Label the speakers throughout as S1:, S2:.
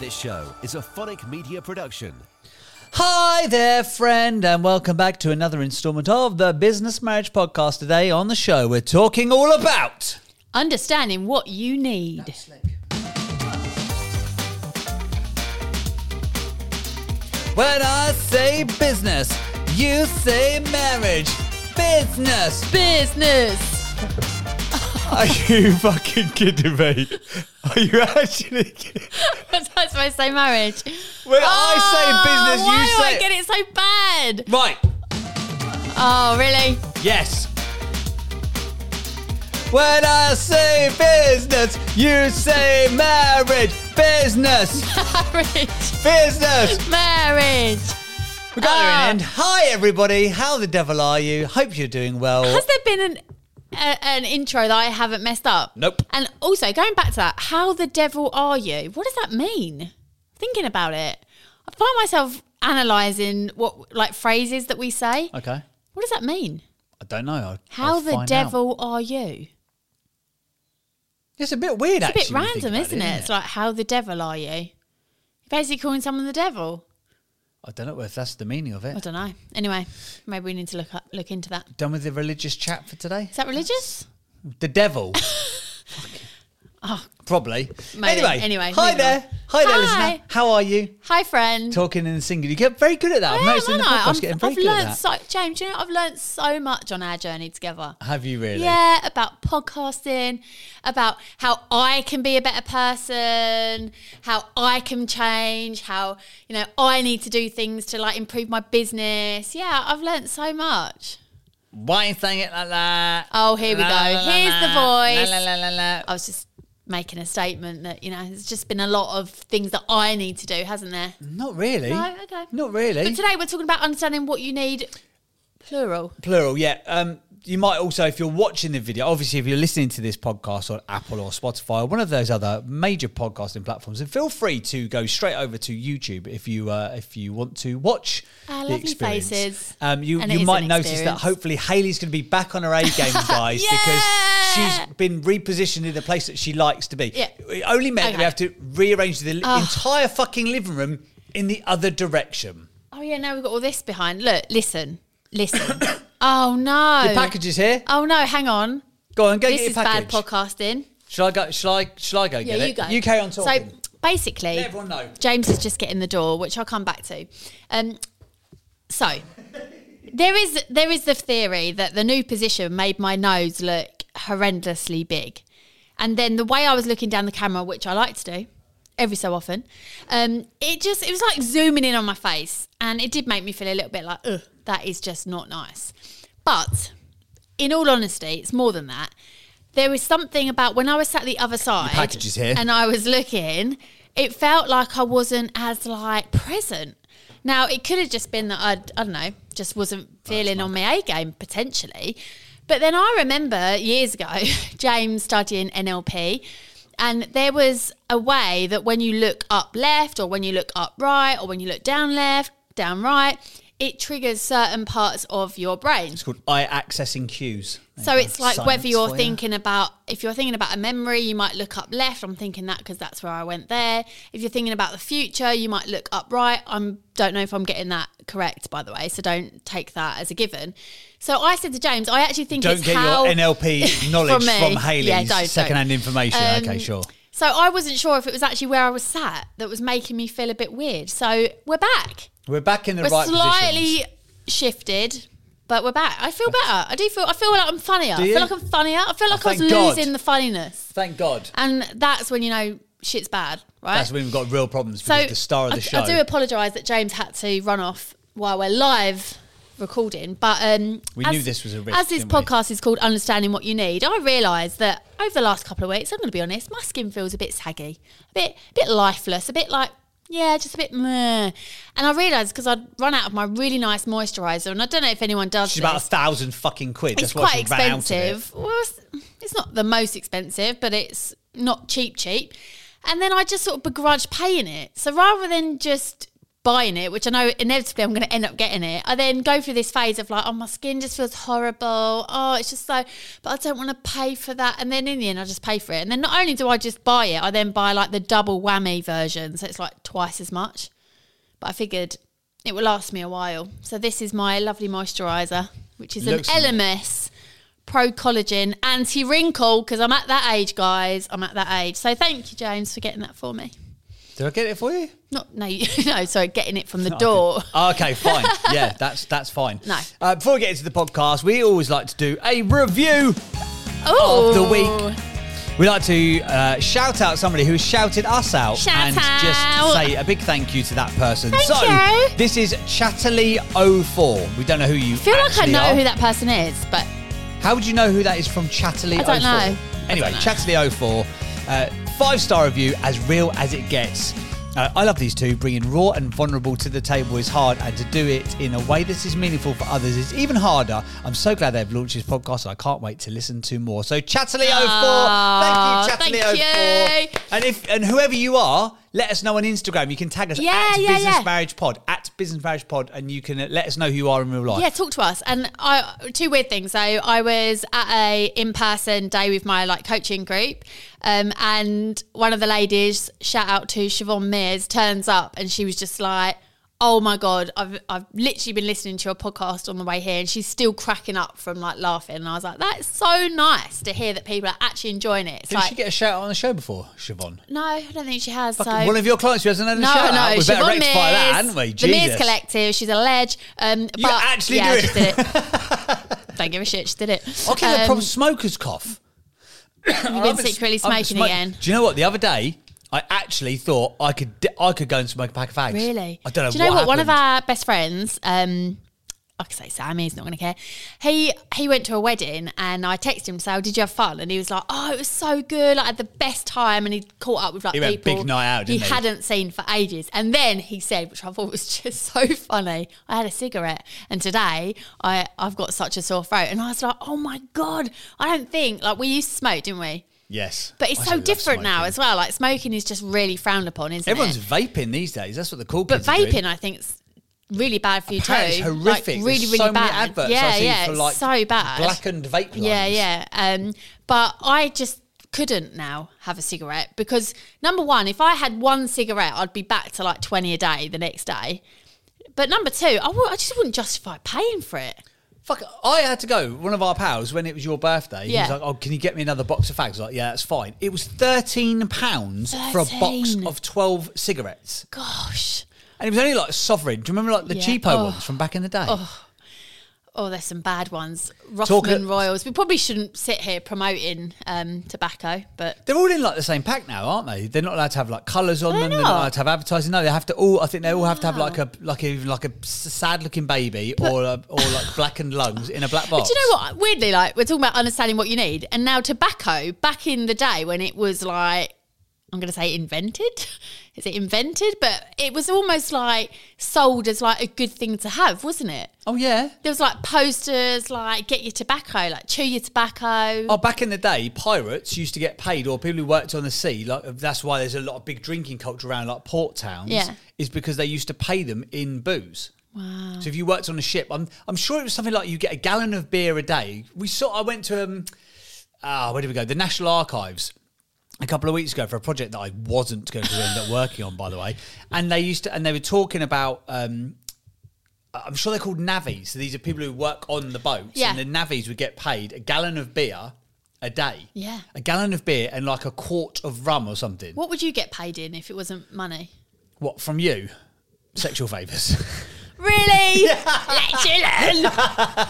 S1: This show is a Phonic Media production.
S2: Hi there, friend, and welcome back to another installment of the Business Marriage Podcast. Today on the show, we're talking all about.
S3: understanding what you need.
S2: When I say business, you say marriage. Business.
S3: Business.
S2: Are you fucking kidding me? Are you actually kidding?
S3: Was I supposed to say marriage?
S2: When
S3: Oh,
S2: I say business,
S3: why
S2: you say.
S3: do I get it so bad?
S2: Right.
S3: Oh, really?
S2: Yes. When I say business, you say marriage. Business.
S3: Marriage.
S2: Business.
S3: Marriage.
S2: We got there in
S3: Ah.
S2: the end. Hi everybody, how the devil are you? Hope you're doing well.
S3: Has there been an a, an intro that I haven't messed up?
S2: Nope.
S3: And also going back to that, how the devil are you? What does that mean? Thinking about it, I find myself analysing what like phrases that we say.
S2: Okay,
S3: What does that mean?
S2: I don't know. I'll,
S3: How
S2: I'll
S3: the
S2: find out.
S3: devil are you?
S2: It's a bit weird.
S3: It's a bit
S2: actually, when you think
S3: random,
S2: about
S3: isn't it? It's like, how the devil are you? You're basically calling someone the devil.
S2: I don't know if that's the meaning of
S3: I
S2: it.
S3: don't know. Anyway, maybe we need to look up, look into that.
S2: Done with the religious chat for today.
S3: Is that religious?
S2: The devil. Probably.
S3: Ah. Maybe.
S2: Anyway,
S3: Anyway,
S2: hi
S3: moving
S2: there.
S3: on.
S2: Hi there,
S3: Hi.
S2: listener. How are you?
S3: Hi, friend.
S2: Talking and singing. You get very good at that.
S3: I
S2: I've
S3: am,
S2: noticed in
S3: aren't
S2: the
S3: I?
S2: podcast
S3: I'm-
S2: getting very
S3: I've
S2: good at
S3: learned
S2: that.
S3: so, James. Do you know I've learned so much on our journey together.
S2: Have you Oh, really?
S3: Yeah, about podcasting, about how I can be a better person, how I can change, how you know I need to do things to like improve my business. Yeah, I've learned so much.
S2: Why are you saying it like that?
S3: Oh, here we
S2: La,
S3: go.
S2: la, la,
S3: Here's the
S2: la.
S3: voice.
S2: La, la, la, la, la.
S3: I was just making a statement that you know there's just been a lot of things that I need to do, hasn't there?
S2: Not really.
S3: No, okay.
S2: Not really.
S3: But today we're talking about understanding what you need, plural.
S2: plural yeah um you might also if you're watching the video obviously if you're listening to this podcast on apple or spotify or one of those other major podcasting platforms and feel free to go straight over to youtube if you uh, if you want to watch
S3: Our
S2: the
S3: lovely
S2: experience.
S3: faces.
S2: um you
S3: And it
S2: you
S3: is an
S2: might notice that
S3: experience.
S2: hopefully haley's going to be back on her a game guys because
S3: Yeah!
S2: she's been repositioned in the place that she likes to be
S3: Yeah.
S2: it only meant that we
S3: Okay.
S2: have to rearrange the li-
S3: Oh.
S2: entire fucking living room in the other direction
S3: Oh yeah, now we've got all this behind. Look, listen, listen. oh no.
S2: the package is here
S3: Oh no, hang on.
S2: go on go
S3: This
S2: get your
S3: is
S2: package
S3: bad podcasting.
S2: Shall I go? Shall I? Shall I go?
S3: Yeah,
S2: get
S3: you
S2: it?
S3: go.
S2: You carry on talking.
S3: So basically,
S2: Let everyone know.
S3: James is just getting the door, which I'll come back to. Um, so there is there is the theory that the new position made my nose look horrendously big, and then the way I was looking down the camera, which I like to do every so often, um, it just it was like zooming in on my face, and it did make me feel a little bit like, ugh, that is just not nice. But in all honesty, it's more than that. There was something about when I was sat the other side
S2: package is here.
S3: and I was looking, it felt like I wasn't as like present. Now it could have just been that I'd, I don't know, just wasn't feeling on my A game potentially. But then I remember years ago, James studying NLP, and there was a way that when you look up left, or when you look up right, or when you look down left, down right, it triggers certain parts of your brain.
S2: it's called eye accessing cues. There
S3: So
S2: you go.
S3: it's like
S2: Science
S3: whether you're
S2: for you.
S3: thinking about if you're thinking about a memory, you might look up left. I'm thinking that because that's where I went there. If you're thinking about the future, you might look up right. I'm don't know if I'm getting that correct, by the way. So don't take that as a given. So I said to James, I actually think
S2: Don't
S3: it's
S2: get
S3: how
S2: your NLP knowledge
S3: me.
S2: from,
S3: Yeah,
S2: Haley's
S3: don't, don't.
S2: secondhand information.
S3: Um,
S2: okay, sure.
S3: So I wasn't sure if it was actually where I was sat that was making me feel a bit weird. So we're back.
S2: We're back in the
S3: We're
S2: right
S3: slightly
S2: positions.
S3: shifted, but we're back. I feel better. I do feel. I feel like I'm funnier. I
S2: you? Oh,
S3: feel like I'm funnier. I feel like I was
S2: thank God.
S3: losing the funniness,
S2: Thank God.
S3: and that's when you know shit's bad, right?
S2: That's when we've got real problems
S3: so
S2: with the star of the
S3: I,
S2: show.
S3: I do apologise that James had to run off while we're live recording, but um,
S2: We knew this was a risk,
S3: as this
S2: didn't we?
S3: podcast is called "Understanding What You Need." I realised that over the last couple of weeks, I'm going to be honest, my skin feels a bit saggy, a bit, a bit lifeless, a bit like yeah, just a bit meh. And I realised because I'd run out of my really nice moisturiser, and I don't know if anyone does.
S2: She's
S3: this
S2: about a thousand fucking quid.
S3: it's
S2: That's why
S3: quite
S2: she ran out of it.
S3: expensive. Well, it's, it's not the most expensive, but it's not cheap, cheap. And then I just sort of begrudge paying it. So rather than just buying it, which I know inevitably I'm going to end up getting it, I then go through this phase of like, oh, my skin just feels horrible. Oh, it's just so, but I don't want to pay for that. And then in the end, I just pay for it. And then not only do I just buy it, I then buy like the double whammy version. So it's like twice as much. But I figured it will last me a while. So this is my lovely moisturiser, which is
S2: Looks
S3: an LMS pro collagen anti wrinkle because I'm at that age, guys. I'm at that age. So thank you, James, for getting that for me.
S2: Did I get it for you?
S3: Not no, you, no, sorry, getting it from the door.
S2: Oh, okay, fine. Yeah, that's that's fine.
S3: No.
S2: Uh, before we get into the podcast, we always like to do a review.
S3: Oh,
S2: the week. We like to uh, shout out somebody who shouted us out
S3: Shout
S2: and
S3: out.
S2: just say a big thank you to that person.
S3: Thank
S2: so
S3: you.
S2: this is Chatterley04. We don't know who you.
S3: I feel like I
S2: actually
S3: know
S2: are.
S3: who that person is, but
S2: How would you know who that is from Chatterley?
S3: I
S2: 04?
S3: don't know.
S2: Anyway, Chatterley04, uh, five star review, as real as it gets. Uh, I love these two. Bringing raw and vulnerable to the table is hard, and to do it in a way that is meaningful for others is even harder. I'm so glad they've launched this podcast. and I can't wait to listen to more. So, Chatterley04,
S3: Aw,
S2: thank you,
S3: thank
S2: Chatterley04.
S3: you.
S2: And if and whoever you are, let us know on Instagram. You can tag us
S3: Yeah,
S2: at
S3: yeah,
S2: Business
S3: yeah.
S2: Marriage Pod at Business Marriage Pod, and you can uh, let us know who you are in real life.
S3: Yeah, talk to us. And I two weird things. So I was at a in person day with my like coaching group, um, and one of the ladies, shout out to Siobhan Mears, turns up and she was just like. Oh my god! I've I've literally been listening to your podcast on the way here, and she's still cracking up from like laughing. And I was like, "That's so nice to hear that people are actually enjoying it." It's
S2: Did
S3: like,
S2: she get a shout out on the show before, Siobhan?
S3: no, I don't think she has. So
S2: One of your clients who hasn't had a
S3: no,
S2: shout out.
S3: no,
S2: We
S3: she's
S2: better
S3: on
S2: rectify that,
S3: Mears,
S2: hadn't we?
S3: The Mears
S2: Jesus.
S3: Collective. She's a ledge. Um, but
S2: actually
S3: yeah,
S2: do
S3: she did it. Don't give a shit. She did it.
S2: Okay, the
S3: Um,
S2: problem smokers cough.
S3: You've
S2: I've
S3: been
S2: been-
S3: secretly
S2: I've been
S3: smoking
S2: smo-
S3: again.
S2: Do you know what? The other day, I actually thought I could di- I could go and smoke a pack of fags.
S3: Really?
S2: I don't know.
S3: Do you know what? One of
S2: happened.
S3: our best friends, um, I could say Sam, he's not going to care. He he went to a wedding and I texted him to say, oh, did you have fun? And he was like, oh, it was so good. Like, I had the best time. And he caught up with like
S2: He went
S3: people
S2: big night out, didn't he?
S3: hadn't seen for ages. And then he said, which I thought was just so funny, I had a cigarette and today I, I've got such a sore throat. And I was like, oh my God, I don't think, like we used to smoke, didn't we?
S2: Yes,
S3: But it's
S2: I
S3: so
S2: love
S3: different now
S2: smoking.
S3: as well. Like smoking is just really frowned upon, isn't
S2: Everyone's
S3: it?
S2: vaping these days. That's what the cool
S3: But
S2: kids are doing.
S3: vaping, I think, is really bad for you
S2: Apparently
S3: too.
S2: it's horrific.
S3: Like,
S2: There's
S3: really, really
S2: so
S3: bad.
S2: many adverts
S3: yeah,
S2: I see
S3: yeah,
S2: for
S3: it's
S2: like
S3: so bad.
S2: blackened vape lines.
S3: yeah, yeah. Um, but I just couldn't now have a cigarette because number one, if I had one cigarette, I'd be back to like twenty a day the next day. But number two, I w- I just wouldn't justify paying for it.
S2: Fuck, I had to go. One of our pals, when it was your birthday, he was
S3: Yeah.
S2: like, "Oh, can you get me another box of fags?" I was like, yeah, that's fine. It was thirteen pounds for a box
S3: 13.
S2: of twelve cigarettes.
S3: Gosh.
S2: And it was only like sovereign. Do you remember like the
S3: Yeah.
S2: cheapo
S3: Oh.
S2: ones from back in the day?
S3: Oh, there's some bad ones.
S2: Talk-
S3: Rothman Royals. We probably shouldn't sit here promoting um, tobacco, but
S2: They're all in like the same pack now, aren't they? They're not allowed to have like colours on
S3: Are they
S2: them. They're not
S3: not?
S2: allowed to have advertising. No, they have to all. I think they all have to have like a like a like a sad looking baby or a, or like blackened lungs in a black box.
S3: But do you know what? Weirdly, like we're talking about understanding what you need, and now tobacco. Back in the day when it was like, I'm going to say invented. Is it invented? But it was almost like sold as like a good thing to have, wasn't it?
S2: Oh yeah.
S3: There was like posters like get your tobacco, like chew your tobacco.
S2: Oh, back in the day, pirates used to get paid, or people who worked on the sea. Like that's why there's a lot of big drinking culture around like port towns.
S3: Yeah.
S2: is because they used to pay them in booze. Wow. So if you worked on a ship, I'm I'm sure it was something like you get a gallon of beer a day. We saw. I went to um, ah, where did we go? The National Archives. A couple of weeks ago, for a project that I wasn't going to end up working on, by the way, and they used to, and they were talking about um, I'm sure they're called navvies. So these are people who work on the boats,
S3: Yeah.
S2: and the navvies would get paid a gallon of beer a day.
S3: Yeah.
S2: a gallon of beer and like a quart of rum or something. What,
S3: What would you get paid in if it wasn't money?
S2: from you? Sexual favors.
S3: Really? Let you learn.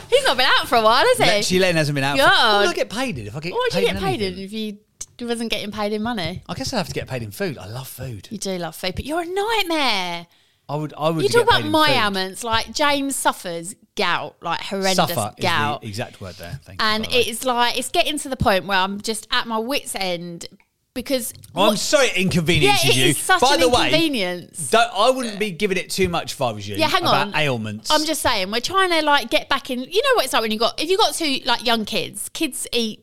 S3: He's not been out for a while, has he?
S2: Lexi Len hasn't been out. for-
S3: God.
S2: What would I get paid in if I get?
S3: what would
S2: paid
S3: you get paid in
S2: anything?
S3: if you d- wasn't getting paid in money?
S2: I guess I have to get paid in food. I love food.
S3: You do love food, but you're a nightmare.
S2: I would. I would.
S3: You
S2: get
S3: talk about
S2: paid in
S3: my
S2: food.
S3: ailments, like James suffers gout, like horrendous
S2: Suffer is the
S3: gout.
S2: exact word there. Thank you.
S3: and
S2: by the way.
S3: it's like it's getting to the point where I'm just at my wits end because
S2: I'm
S3: what-
S2: sorry it
S3: yeah,
S2: inconveniences
S3: it
S2: you.
S3: is such
S2: by
S3: an
S2: the way,
S3: inconvenience.
S2: don't, I wouldn't be giving it too much if I was you.
S3: yeah, hang
S2: about
S3: on.
S2: Ailments.
S3: I'm just saying, we're trying to like get back in. You know what it's like when you got if you got two like young kids. Kids eat.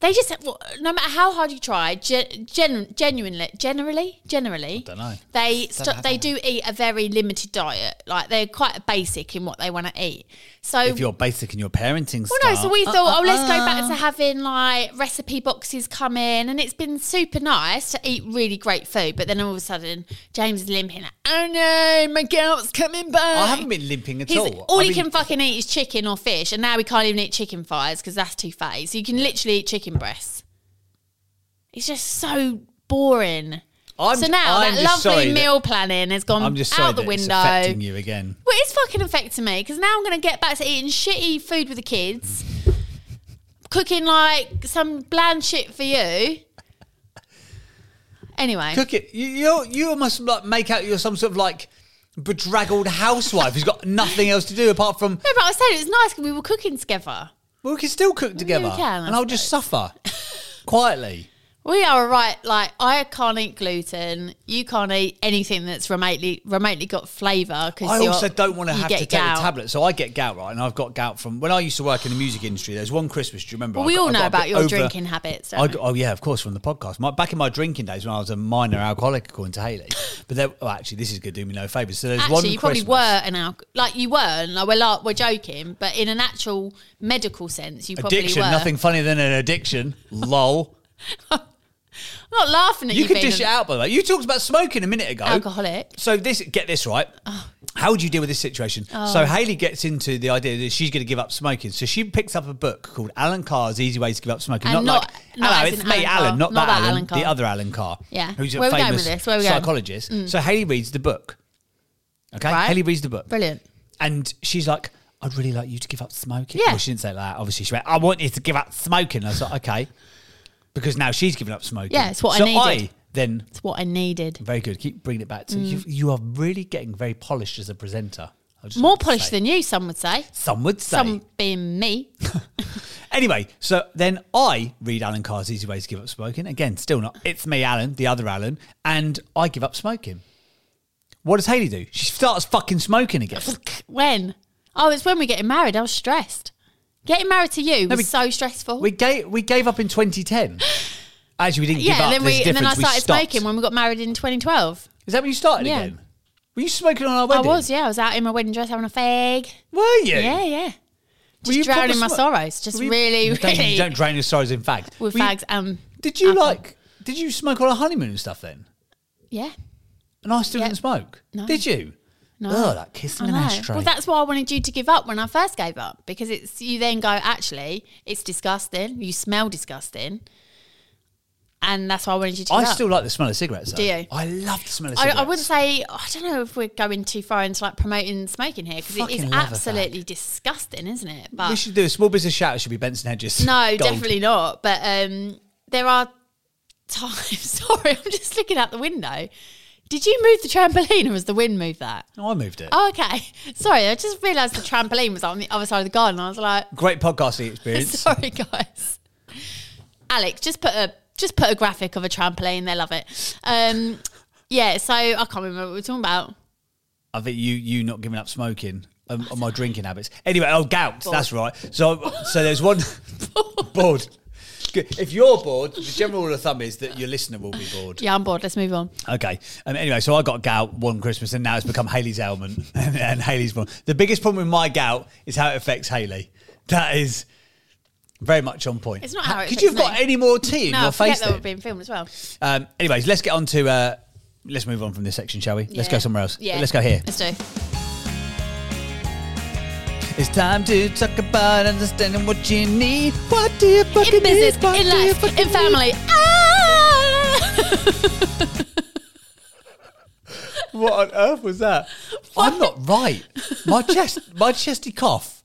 S3: They just well, no matter how hard you try, gen, gen, genuinely, generally, generally,
S2: don't know.
S3: They st- they do eat a very limited diet. Like they're quite basic in what they want to eat. So
S2: If you're basic in your parenting
S3: well, no,
S2: style,
S3: so we thought, oh, let's go back
S2: uh.
S3: to having like recipe boxes come in, and it's been super nice to eat really great food. But then all of a sudden, James is limping. Like, oh no, my gout's coming back.
S2: I haven't been limping at
S3: He's-
S2: all.
S3: All
S2: I
S3: he
S2: mean-
S3: can fucking eat is chicken or fish, and now he can't even eat chicken fries because that's too fatty. So you can literally eat chicken breasts. It's just so boring.
S2: I'm-
S3: so now
S2: I'm
S3: that
S2: just sorry
S3: lovely
S2: that-
S3: meal planning has gone
S2: I'm just sorry
S3: out the
S2: that
S3: window.
S2: it's affecting you again.
S3: Well, it's fucking affecting me because now I'm going to get back to eating shitty food with the kids, cooking like some bland shit for you. Anyway,
S2: Cook it. You you, you almost like make out you're some sort of like bedraggled housewife who's got nothing else to do apart from
S3: no, but I was saying it was nice 'cause we were cooking together.
S2: well, we can still cook together,
S3: can, I
S2: and I'll just suffer quietly.
S3: We are right. Like I can't eat gluten. You can't eat anything that's remotely remotely got flavour. Because
S2: I also don't want to have to take
S3: gout.
S2: a tablet, so I get gout right, and I've got gout from when I used to work in the music industry. There's one Christmas, do you remember? I
S3: Well, we
S2: got-
S3: all
S2: I got
S3: know
S2: a
S3: about
S2: bit
S3: your
S2: over-
S3: drinking habits. Don't
S2: I
S3: we?
S2: got, oh yeah, of course, from the podcast. My, back in my drinking days when I was a minor alcoholic, according to Haley. But there, well, actually, this is going to do me no favours. So there's one
S3: Actually, you probably
S2: Christmas.
S3: were an alco- like you were. And like, we're like we're joking, but in an actual medical sense, you probably
S2: addiction.
S3: were.
S2: Nothing funnier than an addiction. Lol.
S3: I'm not laughing at you.
S2: you could
S3: being
S2: dish it
S3: an
S2: out by the way. You talked about smoking a minute ago.
S3: Alcoholic.
S2: So this, get this right. How would you deal with this situation?
S3: Oh.
S2: So Haley gets into the idea that she's going to give up smoking. So she picks up a book called Alan Carr's Easy Ways to Give Up Smoking. not,
S3: And not-
S2: like,
S3: not
S2: hello,
S3: as
S2: it's
S3: in
S2: me,
S3: Alan
S2: Alan,
S3: Carr.
S2: not, that Alan,
S3: Carr.
S2: the other Alan Carr.
S3: Yeah.
S2: who's a
S3: Where we going
S2: famous
S3: with this? Where we going? Mm.
S2: psychologist. So Haley reads the book. Okay,
S3: Right.
S2: Haley reads the book.
S3: Brilliant.
S2: And she's like, I'd really like you to give up smoking.
S3: Yeah.
S2: Well, she didn't say it like that. Obviously, she went, I want you to give up smoking. I was like, okay. Because now she's given up smoking.
S3: Yeah, it's what I
S2: so
S3: needed.
S2: I then,
S3: It's what I needed.
S2: very good, keep bringing it back to
S3: Mm.
S2: you. You are really getting very polished as a presenter. I just
S3: More
S2: want to
S3: polished
S2: say.
S3: than you, some would say.
S2: some would say.
S3: Some being me.
S2: Anyway, so then I read Alan Carr's Easy Ways to Give Up Smoking. Again, still not. It's me, Alan, the other Alan, and I give up smoking. What does Haley do? She starts fucking smoking again.
S3: when? Oh, it's when we're getting married. I was stressed. Getting married to you was
S2: we-
S3: so stressful.
S2: We gave we gave up in 2010. Actually, we didn't give
S3: yeah,
S2: up.
S3: and then
S2: There's a
S3: we and then I
S2: difference. We
S3: started
S2: stopped.
S3: smoking when we got married in 2012.
S2: Is that when you started
S3: Yeah.
S2: again? Were you smoking on our wedding?
S3: I was, yeah, I was out in my wedding dress having a fag.
S2: Were you?
S3: Yeah, yeah.
S2: Were
S3: Just
S2: you proper
S3: drowning my
S2: smo-
S3: sorrows. Just
S2: Were you-
S3: really,
S2: you don't,
S3: really-
S2: You don't drown your sorrows in fags.
S3: With
S2: Were you-
S3: fags and
S2: Did you
S3: alcohol.
S2: like? Did you smoke on our honeymoon and stuff then?
S3: Yeah.
S2: And I still
S3: Yeah.
S2: didn't smoke.
S3: No.
S2: Did you?
S3: No.
S2: Oh, like kissing
S3: I
S2: an
S3: know.
S2: ashtray.
S3: Well, that's why I wanted you to give up when I first gave up because it's you then go, actually, it's disgusting. You smell disgusting. And that's why I wanted you to give
S2: I
S3: up.
S2: still like the smell of cigarettes. Though.
S3: Do you?
S2: I love the smell of
S3: I,
S2: cigarettes.
S3: I wouldn't say I don't know if we're going too far into like promoting smoking here because it
S2: Fucking
S3: is
S2: love a
S3: absolutely disgusting, isn't it?
S2: We
S3: But
S2: should do a small business shout. It should be Benson Hedges.
S3: no,
S2: Gold.
S3: definitely not. But um, there are times. Sorry, I'm just looking out the window. Did you move the trampoline, or was the wind moved that?
S2: No, I moved it.
S3: Oh, okay. Sorry, I just realised the trampoline was on the other side of the garden. I was like,
S2: Great podcasting experience.
S3: sorry guys. Alex, just put a just put a graphic of a trampoline. They love it. Um, yeah. So I can't remember what we were talking about.
S2: I think you you not giving up smoking um, on my drinking habits. Anyway, oh gout, that's right. So so there's one bored. Good. If you're bored, the general rule of thumb is that your listener will be bored.
S3: Yeah, I'm bored. Let's move on.
S2: Okay. Um, anyway, so I got gout one Christmas, and now it's become Haley's ailment and, and Haley's one. The biggest problem with my gout is how it affects Haley. That is very much on point.
S3: It's not how it
S2: Could you have
S3: affects
S2: got
S3: me.
S2: any more tea in
S3: No,
S2: your
S3: I forget
S2: face?
S3: that we're
S2: Then?
S3: being filmed as well.
S2: um, anyways, let's get on to. Uh, Let's move on from this section, shall we? Let's go
S3: Yeah.
S2: somewhere else.
S3: Yeah.
S2: Let's go here.
S3: Let's do.
S2: It's time to talk about understanding what you need. What do you fucking
S3: In business,
S2: need? What
S3: in
S2: do you
S3: life,
S2: fucking
S3: in
S2: need?
S3: family. Ah!
S2: What on earth was that? I'm not right. My chest, my chesty cough.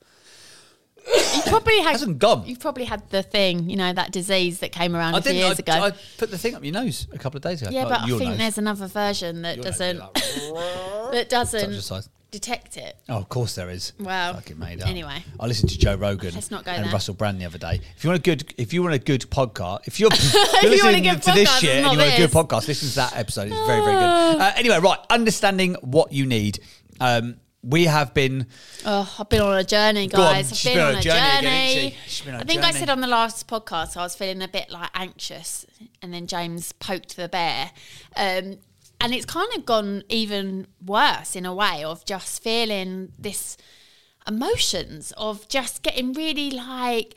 S3: You probably had
S2: Hasn't gone.
S3: You probably had the thing, you know, that disease that came around a few years
S2: I,
S3: ago.
S2: I put the thing up your nose a couple of days ago.
S3: yeah,
S2: Oh,
S3: but I
S2: your
S3: think
S2: nose.
S3: there's another version that
S2: Your nose,
S3: doesn't
S2: you're like,
S3: that
S2: such a
S3: doesn't
S2: size.
S3: detect it.
S2: Oh, of course there is.
S3: Wow.
S2: Fuck it, made up.
S3: Anyway.
S2: I listened to Joe Rogan
S3: Let's not go
S2: and
S3: there.
S2: Russell Brand the other day. If you want a good, if you want a good podcast, if you're, if you're
S3: you want a
S2: listening
S3: good
S2: to this
S3: podcast,
S2: shit
S3: it's
S2: and
S3: not
S2: you want a good
S3: this. Ah.
S2: podcast, listen to that episode. It's very, very good. Uh, anyway, right, understanding what you need. Um, we have been.
S3: Oh, I've been on a journey,
S2: Go on.
S3: guys.
S2: She's
S3: I've been, on a journey.
S2: again, isn't she? She's been on
S3: I
S2: a
S3: think I
S2: journey.
S3: said on the last podcast I was feeling a bit like anxious, and then James poked the bear, um, and it's kind of gone even worse in a way of just feeling this emotions of just getting really like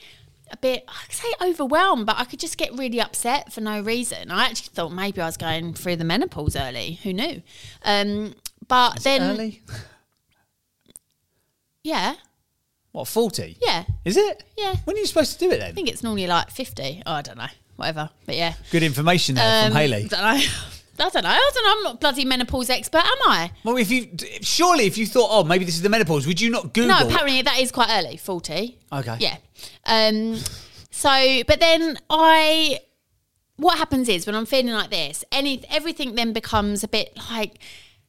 S3: a bit I could say overwhelmed, but I could just get really upset for no reason. I actually thought maybe I was going through the menopause early. Who knew? Um, but then,
S2: early?
S3: yeah.
S2: What forty?
S3: Yeah.
S2: Is it?
S3: Yeah.
S2: When are you supposed to do it then?
S3: I think it's normally like 50. Oh, I don't know. Whatever. But yeah.
S2: Good information there
S3: Um,
S2: Uh, from Haley.
S3: don't know. I don't know. I don't know. I'm not a bloody menopause expert, am I?
S2: Well, if you surely if you thought, oh, maybe this is the menopause, would you not Google?
S3: No, apparently that is quite early, 40.
S2: Okay.
S3: Yeah. Um, so, but then I, what happens is when I'm feeling like this, any everything then becomes a bit like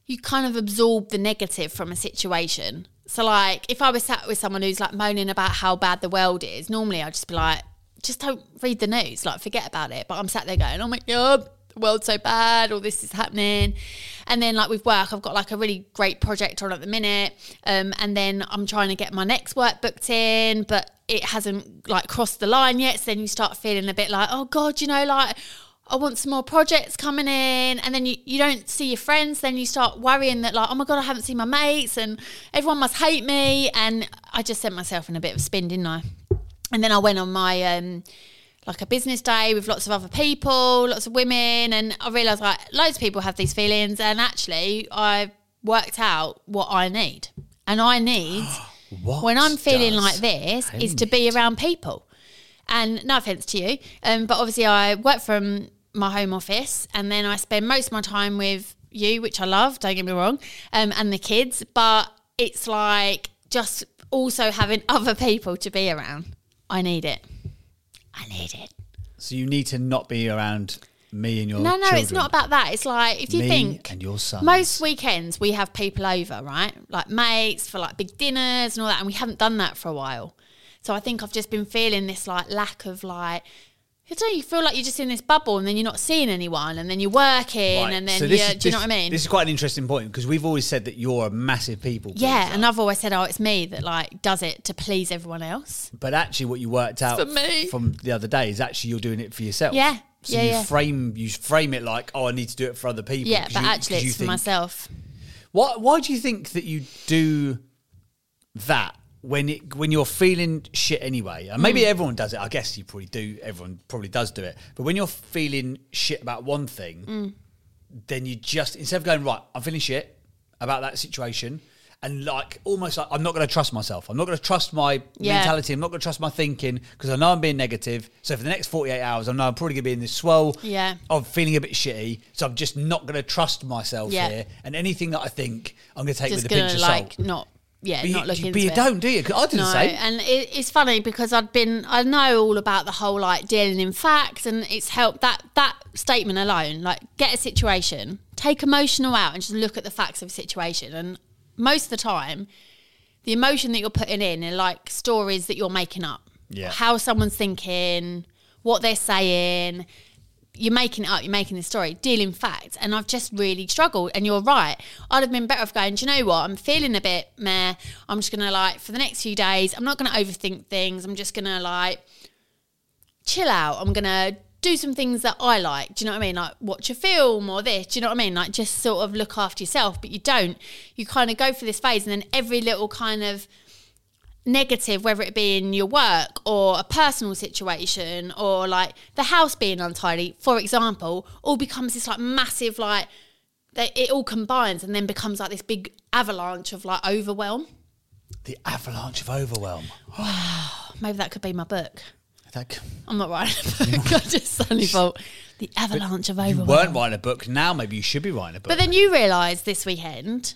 S3: you kind of absorb the negative from a situation. So, like if I was sat with someone who's like moaning about how bad the world is, normally I'd just be like, just don't read the news, like forget about it. But I'm sat there going, oh my god. The world's so bad, all this is happening. And then, like with work, I've got like a really great project on at the minute. Um, and then I'm trying to get my next work booked in, but it hasn't like crossed the line yet. So then you start feeling a bit like, oh God, you know, like I want some more projects coming in. And then you, you don't see your friends. Then you start worrying that, like, oh my God, I haven't seen my mates and everyone must hate me. And I just sent myself in a bit of a spin, didn't I? And then I went on my, um, like a business day with lots of other people, lots of women, and I realised like loads of people have these feelings, and actually I worked out what I need, and I need
S2: What
S3: when I'm feeling
S2: does-
S3: like this is to be around people. And no offense to you, um, but obviously I work from my home office, and then I spend most of my time with you, which I love. Don't get me wrong, um, and the kids, but it's like just also having other people to be around. I need it. I need it.
S2: So you need to not be around me and your
S3: No, no, it's
S2: children.
S3: not about that. It's like if you
S2: Me
S3: think
S2: and your sons.
S3: most weekends we have people over, right? Like mates for like big dinners and all that, and we haven't done that for a while. So I think I've just been feeling this like lack of like. I don't know, you feel like you're just in this bubble and then you're not seeing anyone and then you're working
S2: Right,
S3: and then
S2: so
S3: you're,
S2: this is-
S3: do you know
S2: this-
S3: what I mean?
S2: This is quite an interesting point because we've always said that you're a massive people.
S3: yeah,
S2: pleaser.
S3: and I've always said, oh, it's me that like does it to please everyone else.
S2: But actually, what you worked out
S3: for me.
S2: from the other day is actually you're doing it for yourself.
S3: Yeah,
S2: So
S3: yeah,
S2: you
S3: yeah.
S2: frame you frame it like, oh, I need to do it for other people.
S3: Yeah,
S2: 'cause
S3: but
S2: you-
S3: actually
S2: 'cause you
S3: it's for
S2: think-
S3: myself.
S2: Why Why do you think that you do that when it when you're feeling shit anyway? And
S3: Hmm.
S2: maybe everyone does it. I guess you probably do. Everyone probably does do it. But when you're feeling shit about one thing,
S3: Hmm.
S2: then you just instead of going right, I'm feeling shit about that situation. And like almost like I'm not going to trust myself. I'm not going to trust my
S3: Yeah.
S2: mentality. I'm not going to trust my thinking because I know I'm being negative. So for the next 48 hours, I know I'm probably going to be in this swell
S3: Yeah.
S2: of feeling a bit shitty. So I'm just not going to trust myself
S3: Yeah.
S2: here. And anything that I think, I'm going to take
S3: Just
S2: with a
S3: gonna
S2: pinch of
S3: like
S2: salt.
S3: not, yeah,
S2: But you,
S3: not looking
S2: but you
S3: into it.
S2: don't, do you? 'Cause I did the
S3: No,
S2: same.
S3: and it, it's funny because I'd been I know all about the whole like dealing in facts, and it's helped that that statement alone. Like, get a situation, take emotional out, and just look at the facts of a situation. And most of the time, the emotion that you're putting in are like stories that you're making up.
S2: Yeah.
S3: How someone's thinking, what they're saying. You're making it up, you're making this story, dealing facts. And I've just really struggled. And you're right. I'd have been better off going, Do you know what? I'm feeling a bit meh. I'm just going to like, for the next few days, I'm not going to overthink things. I'm just going to like chill out. I'm gonna do some things that I like. Do you know what I mean? Like watch a film or this. Do you know what I mean? Like just sort of look after yourself, but you don't. You kind of go for this phase, and then every little kind of negative, whether it be in your work or a personal situation or like the house being untidy, for example, all becomes this like massive like that it all combines and then becomes like this big avalanche of like overwhelm.
S2: The avalanche of overwhelm.
S3: Maybe that could be my book.
S2: That,
S3: I'm not writing a book. I just suddenly thought the avalanche of
S2: you
S3: overwhelm.
S2: weren't writing a book. Now maybe you should be writing a book.
S3: But then you realise this weekend,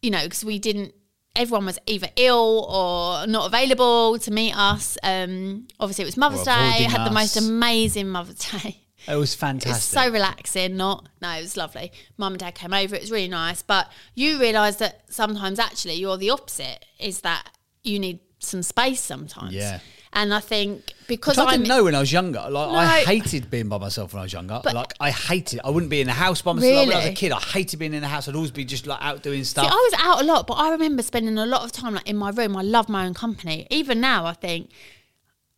S3: you know, because we didn't everyone was either ill or not available to meet us. Um, obviously, it was Mother's
S2: Or
S3: Day.
S2: avoiding
S3: Had the most
S2: us.
S3: amazing Mother's Day.
S2: It was
S3: It
S2: fantastic.
S3: was so relaxing. Not no, it was lovely. Mum and dad came over. It was really nice. But you realise that sometimes actually you're the opposite. Is that you need some space sometimes?
S2: Yeah.
S3: And I think because
S2: Which I didn't
S3: I'm
S2: know when I was younger. Like I
S3: No.
S2: hated being by myself when I was younger.
S3: But-
S2: like I hated. I wouldn't be in the house by myself. Like, when I was a
S3: Really?
S2: kid, I hated being in the house. I'd always be just like out doing
S3: See,
S2: stuff.
S3: I was out a lot, but I remember spending a lot of time like in my room. I love my own company. Even now, I think,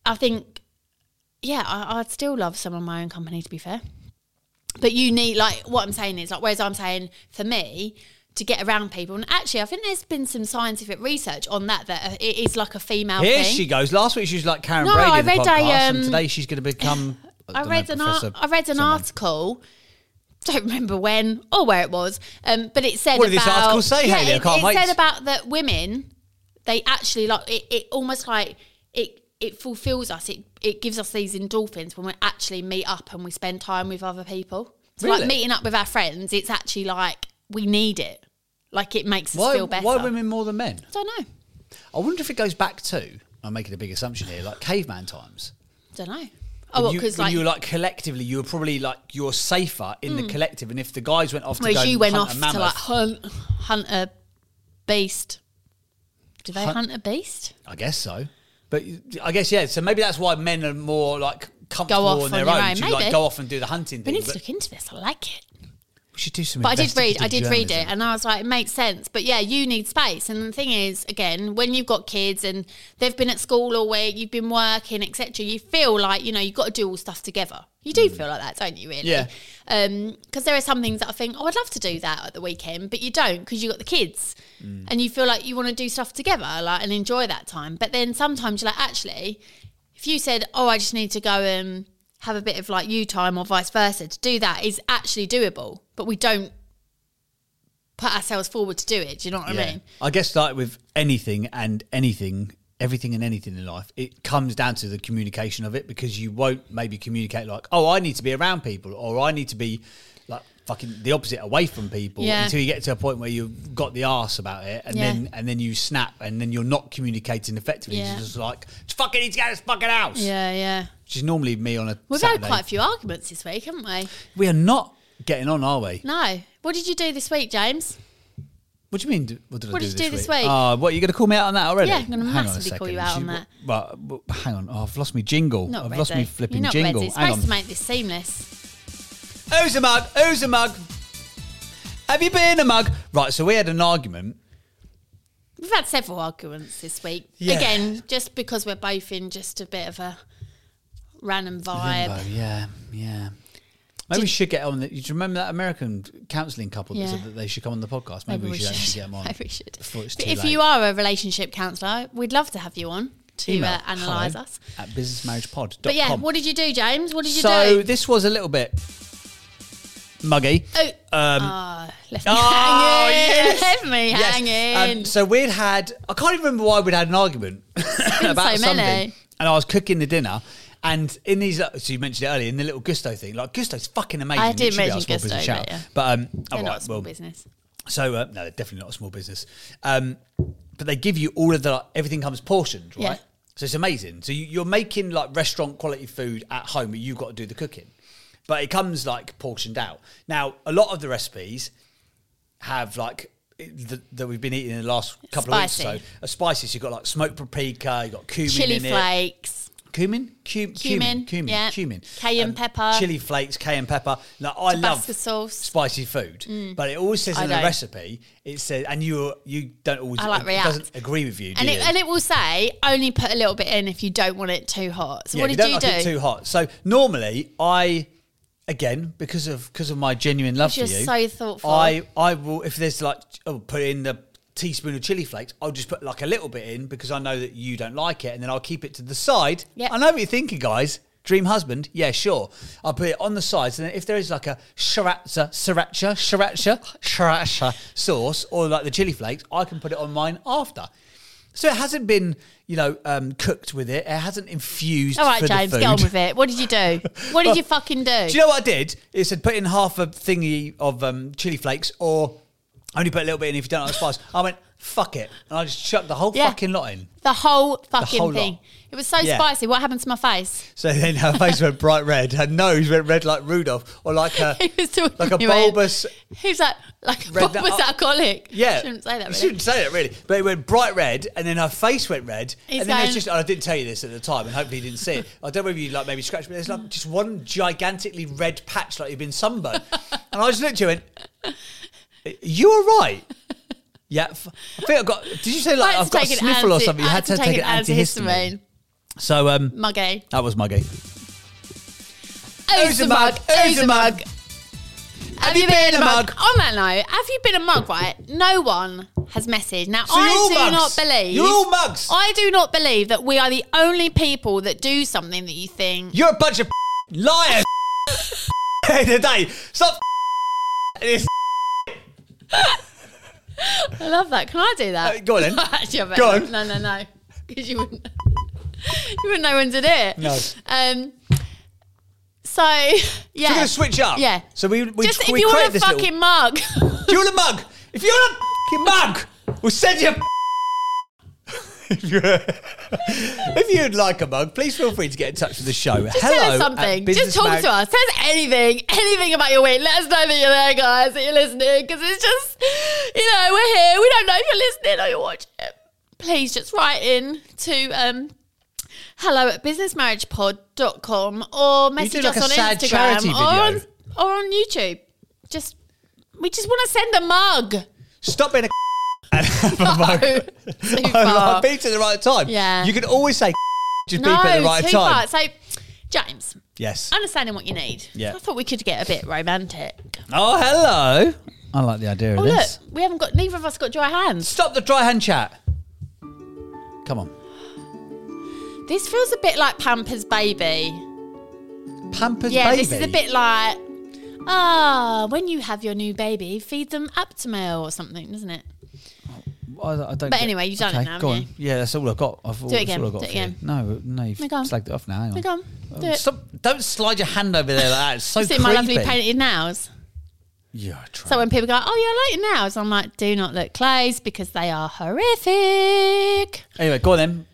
S3: I think, yeah, I, I'd still love some of my own company. To be fair, but you need like what I'm saying is like whereas I'm saying for me to get around people, and actually, I think there's been some scientific research on that that uh, it is like a female
S2: Here
S3: thing.
S2: she goes. Last week she was like Karen
S3: No,
S2: Brady
S3: I
S2: in the
S3: read a,
S2: podcast, and
S3: um,
S2: today she's going to become.
S3: I
S2: dunno,
S3: read an ar-
S2: Professor
S3: I read an
S2: someone.
S3: article. Don't remember when or where it was, um, but it said
S2: What did
S3: about
S2: this article say,
S3: yeah,
S2: Hayley? I
S3: it,
S2: can't
S3: it
S2: wait.
S3: said about that women they actually like it, it almost like it it fulfills us it it gives us these endorphins when we actually meet up and we spend time with other people so
S2: Really?
S3: like meeting up with our friends it's actually like we need it like it makes us
S2: Why,
S3: feel better
S2: why women more than men?
S3: I don't know
S2: I wonder if it goes back to. I'm making a big assumption here, like caveman times.
S3: don't know oh
S2: you,
S3: because
S2: when
S3: like Hmm.
S2: you were like collectively, you were probably like you're safer in the collective. And if the guys went off to
S3: whereas
S2: go
S3: you went
S2: hunt
S3: off
S2: a
S3: to
S2: mammoth,
S3: like hunt hunt a beast do they hunt, a beast
S2: I guess so. But you- I guess yeah. So maybe that's why men are more like comfortable
S3: off
S2: on their
S3: your
S2: own.
S3: own,
S2: to, like
S3: maybe.
S2: go off and do the hunting
S3: we
S2: thing.
S3: need to
S2: But
S3: look into this I like it
S2: we should do some.
S3: But I did read, I did read it,
S2: investigative
S3: and I was like, it makes sense. But yeah, you need space. And the thing is, again, when you've got kids and they've been at school all week, you've been working, etc., you feel like you know you've got to do all stuff together. You do feel like that, don't you? Really?
S2: Mm. Yeah.
S3: Because there are some things that I think, oh, I'd love to do that at the weekend, but you don't because you have got the kids,
S2: Mm.
S3: and you feel like you want to do stuff together, like and enjoy that time. But then sometimes you're like, actually, if you said, "Oh, I just need to go and have a bit of like you time," or vice versa, to do that is actually doable, but we don't put ourselves forward to do it. Do you know what I
S2: journalism.
S3: mean?
S2: Yeah. I guess like with anything and anything, everything and anything in life, it comes down to the communication of it because you won't maybe communicate like, oh, I need to be around people, or I need to be like fucking the opposite away from people
S3: Yeah.
S2: until you get to a point where you've got the arse about it and
S3: Yeah.
S2: then and then you snap and then you're not communicating effectively
S3: Yeah.
S2: you're just like fucking need to get this fucking house
S3: Yeah, yeah.
S2: She's normally me on a.
S3: We've
S2: Saturday.
S3: had quite a few arguments this week, haven't we?
S2: We are not getting on, are we?
S3: No. What did you do this week, James?
S2: What do you mean? d- What did
S3: What
S2: I do
S3: did you do
S2: this
S3: this week?
S2: Uh, what are you going to call me out on that already?
S3: Yeah, I'm gonna
S2: Hang on a
S3: massively call
S2: second.
S3: you out on
S2: She-
S3: that.
S2: Well, well, hang on. Oh, I've lost me jingle.
S3: Not
S2: I've
S3: ready.
S2: lost me flipping
S3: You're not
S2: jingle.
S3: Ready. It's
S2: hang
S3: supposed
S2: on.
S3: to make this seamless.
S2: Who's a mug? Who's a mug? Have you been a mug? Right. So we had an argument.
S3: We've had several arguments this week.
S2: Yeah.
S3: Again, just because we're both in just a bit of a random vibe.
S2: Limbo, yeah, yeah. Maybe we should get on. The, do you remember that American counselling couple that
S3: Yeah.
S2: said that they should come on the podcast? Maybe, we should, actually get them on.
S3: Maybe we should.
S2: Before it's
S3: But
S2: too
S3: if
S2: late.
S3: you are a relationship counsellor, we'd love to have you on to
S2: Email
S3: uh, analyse
S2: hello
S3: us.
S2: at businessmarriagepod.com.
S3: But yeah, what did you do, James? What did you
S2: so
S3: do?
S2: this was a little bit muggy.
S3: Oh,
S2: Um,
S3: oh, left me
S2: Oh,
S3: hanging.
S2: yes.
S3: Left me
S2: Yes.
S3: hanging.
S2: Um, so we'd had, I can't even remember why we'd had an argument
S3: been
S2: about
S3: so
S2: something.
S3: many.
S2: And I was cooking the dinner. And in these, uh, so you mentioned it earlier, in the little Gusto thing, like Gusto's fucking amazing.
S3: I
S2: It
S3: did
S2: should be our
S3: mention
S2: small business
S3: Gusto,
S2: shout.
S3: but yeah.
S2: But um, all
S3: They're
S2: right,
S3: not a small
S2: well,
S3: business.
S2: so uh, no, they're definitely not a small business. Um, but they give you all of the like, everything comes portioned, right?
S3: Yeah.
S2: So it's amazing. So you, you're making like restaurant quality food at home, but you've got to do the cooking. But it comes like portioned out. Now, a lot of the recipes have like th- that we've been eating in the last couple of weeks.
S3: Spicy.
S2: or So, a spices. You've got like smoked paprika. You've got cumin
S3: Chili
S2: in it.
S3: flakes.
S2: Cumin, Cu- cumin,
S3: Cumin,
S2: cumin,
S3: yeah.
S2: cumin, Um,
S3: Cayenne pepper.
S2: chili flakes, cayenne pepper. Like I
S3: Tabasco
S2: love
S3: sauce. Mm.
S2: spicy food, but it always says
S3: I
S2: in the
S3: don't.
S2: recipe it says, and you you don't always
S3: I like
S2: it
S3: react.
S2: doesn't agree with you, do
S3: And
S2: you?
S3: it, and it will say only put a little bit in if you don't want it too hot. So
S2: Yeah,
S3: what
S2: if
S3: did you
S2: you don't like
S3: do?
S2: it too hot. So normally I. Again, because of because of my genuine love for you,
S3: Because you're so thoughtful.
S2: I I will if there's like oh, put in the teaspoon of chili flakes, I'll just put like a little bit in because I know that you don't like it, and then I'll keep it to the side.
S3: Yep.
S2: I know what you're thinking, guys. Dream husband, yeah, sure. I'll put it on the sides, and then if there is like a sriracha, sriracha, sriracha, sriracha sauce, or like the chili flakes, I can put it on mine after. So it hasn't been, you know, um, cooked with it. It hasn't infused.
S3: All right,
S2: for the
S3: James, get on
S2: food.
S3: with it. What did you do? What did you fucking do?
S2: Do you know what I did? It said put in half a thingy of um, chili flakes or only put a little bit in if you don't like the spice. I went, fuck it. And I just chucked the whole
S3: Yeah.
S2: fucking lot in.
S3: The whole fucking
S2: whole lot.
S3: thing. It was so
S2: Yeah.
S3: spicy. What happened to my face?
S2: So then her face went bright red. Her nose went red like Rudolph or like a,
S3: He was talking
S2: like a
S3: about-
S2: bulbous.
S3: He was like, like a
S2: Read that
S3: bulbous
S2: up.
S3: alcoholic.
S2: Yeah.
S3: Shouldn't say that.
S2: You
S3: Really.
S2: shouldn't say that, really. But it went bright red and then her face went red.
S3: He's
S2: and then there's
S3: going-
S2: just, and I didn't tell you this at the time and hopefully you didn't see it. I don't know whether you like maybe scratched, but there's like just one gigantically red patch like you've been sunburned. and I just looked at you and went, You were right. Yeah, f- I think I got. Did you say like
S3: I had
S2: I've
S3: to
S2: got a
S3: take an
S2: sniffle or
S3: anti-
S2: something? You
S3: I
S2: had to take an antihistamine. So um,
S3: Muggy.
S2: that was muggy.
S3: Who's a mug? Who's a mug? Have you been a mug? On that note, have you been a mug, right? No one has messaged. Now,
S2: you're
S3: I
S2: all
S3: do
S2: mugs.
S3: not believe.
S2: You're all mugs.
S3: I do not believe that we are the only people that do something that you think.
S2: You're a bunch of liars. today, stop. It's-
S3: I love that. Can I do that?
S2: Uh, go on then.
S3: Actually, I bet
S2: Go
S3: not.
S2: on.
S3: No, no, no. Because you wouldn't. you wouldn't know when to do it.
S2: No.
S3: Um. So yeah.
S2: We're gonna switch up.
S3: Yeah.
S2: So we we,
S3: Just if
S2: we
S3: you
S2: create
S3: want a
S2: this
S3: fucking
S2: little.
S3: mug,
S2: Do you want a mug? If you want a fucking mug, we'll send you. a if you're- if you'd like a mug, please feel free to get in touch with the show.
S3: just
S2: Hello
S3: tell us
S2: at
S3: something. Just talk
S2: businessmag-
S3: to us. Tell us anything, anything about your week. Let us know that you're there, guys. That you're listening. Because it's just, you know, we're here. We don't know if you're listening or you're watching. Please just write in to um. Hello at businessmarriagepod.com or message
S2: like
S3: us
S2: a
S3: on
S2: sad
S3: Instagram
S2: charity
S3: or on,
S2: video.
S3: or on YouTube. Just we just want to send a mug.
S2: Stop being a and have a mug.
S3: Too
S2: I
S3: far.
S2: beat at the right time.
S3: Yeah.
S2: You can always say just
S3: No,
S2: beep at the right
S3: too
S2: time.
S3: far. So, James,
S2: Yes.
S3: understanding what you need.
S2: Yeah.
S3: I thought we could get a bit romantic.
S2: Oh, hello. I like the idea of
S3: Oh look,
S2: this.
S3: we haven't got neither of us got dry hands.
S2: Stop the dry hand chat. Come on.
S3: This feels a bit like Pampers Baby.
S2: Pampers
S3: Yeah,
S2: baby.
S3: this is a bit like ah, when you have your new baby, feed them Aptamil or something, doesn't it?
S2: I, I don't
S3: But anyway, you've done it
S2: Okay,
S3: now,
S2: go
S3: haven't
S2: on. Yeah, that's all I've got. I've,
S3: it again,
S2: All I've got
S3: do it
S2: for you.
S3: again.
S2: No, no, you've
S3: No, go on.
S2: slagged it off now. Hang on.
S3: No, go on, do
S2: Um,
S3: it.
S2: Stop, don't slide your hand over there like that. It's so
S3: See my lovely
S2: creepy.
S3: painted nails.
S2: You're a tramp.
S3: So when people go, oh yeah, I like your nails, I'm like, do not look close because they are horrific.
S2: Anyway, go on then.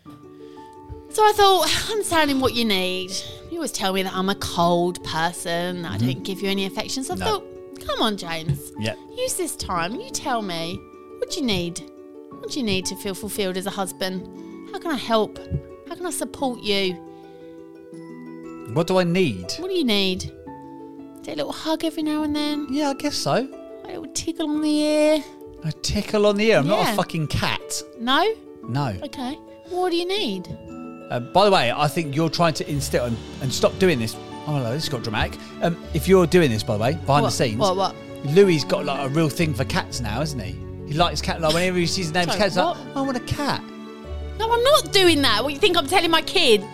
S3: So I thought, understanding what you need. You always tell me that I'm a cold person, that I don't give you any affection. So I
S2: Mm-hmm. No.
S3: thought, come on, James.
S2: Yeah.
S3: Use this time. You tell me what do you need. What do you need to feel fulfilled as a husband? How can I help? How can I support you?
S2: What do I need?
S3: What do you need? Do a little hug every now and then,
S2: Yeah, I guess so.
S3: a little tickle on the ear.
S2: A tickle on the ear. I'm not a
S3: Yeah.
S2: fucking cat.
S3: No?
S2: No.
S3: Okay. What do you need?
S2: Uh, by the way, I think you're trying to instill and, and stop doing this. Oh, hello, this got dramatic. Um, if you're doing this, by the way, behind the
S3: What?
S2: scenes,
S3: What, what?
S2: Louis's got like a real thing for cats now, isn't he? He likes cat. Like whenever he sees the name
S3: Sorry,
S2: cat, he's like,
S3: what?
S2: I want a cat.
S3: No, I'm not doing that. What you think I'm telling my kid?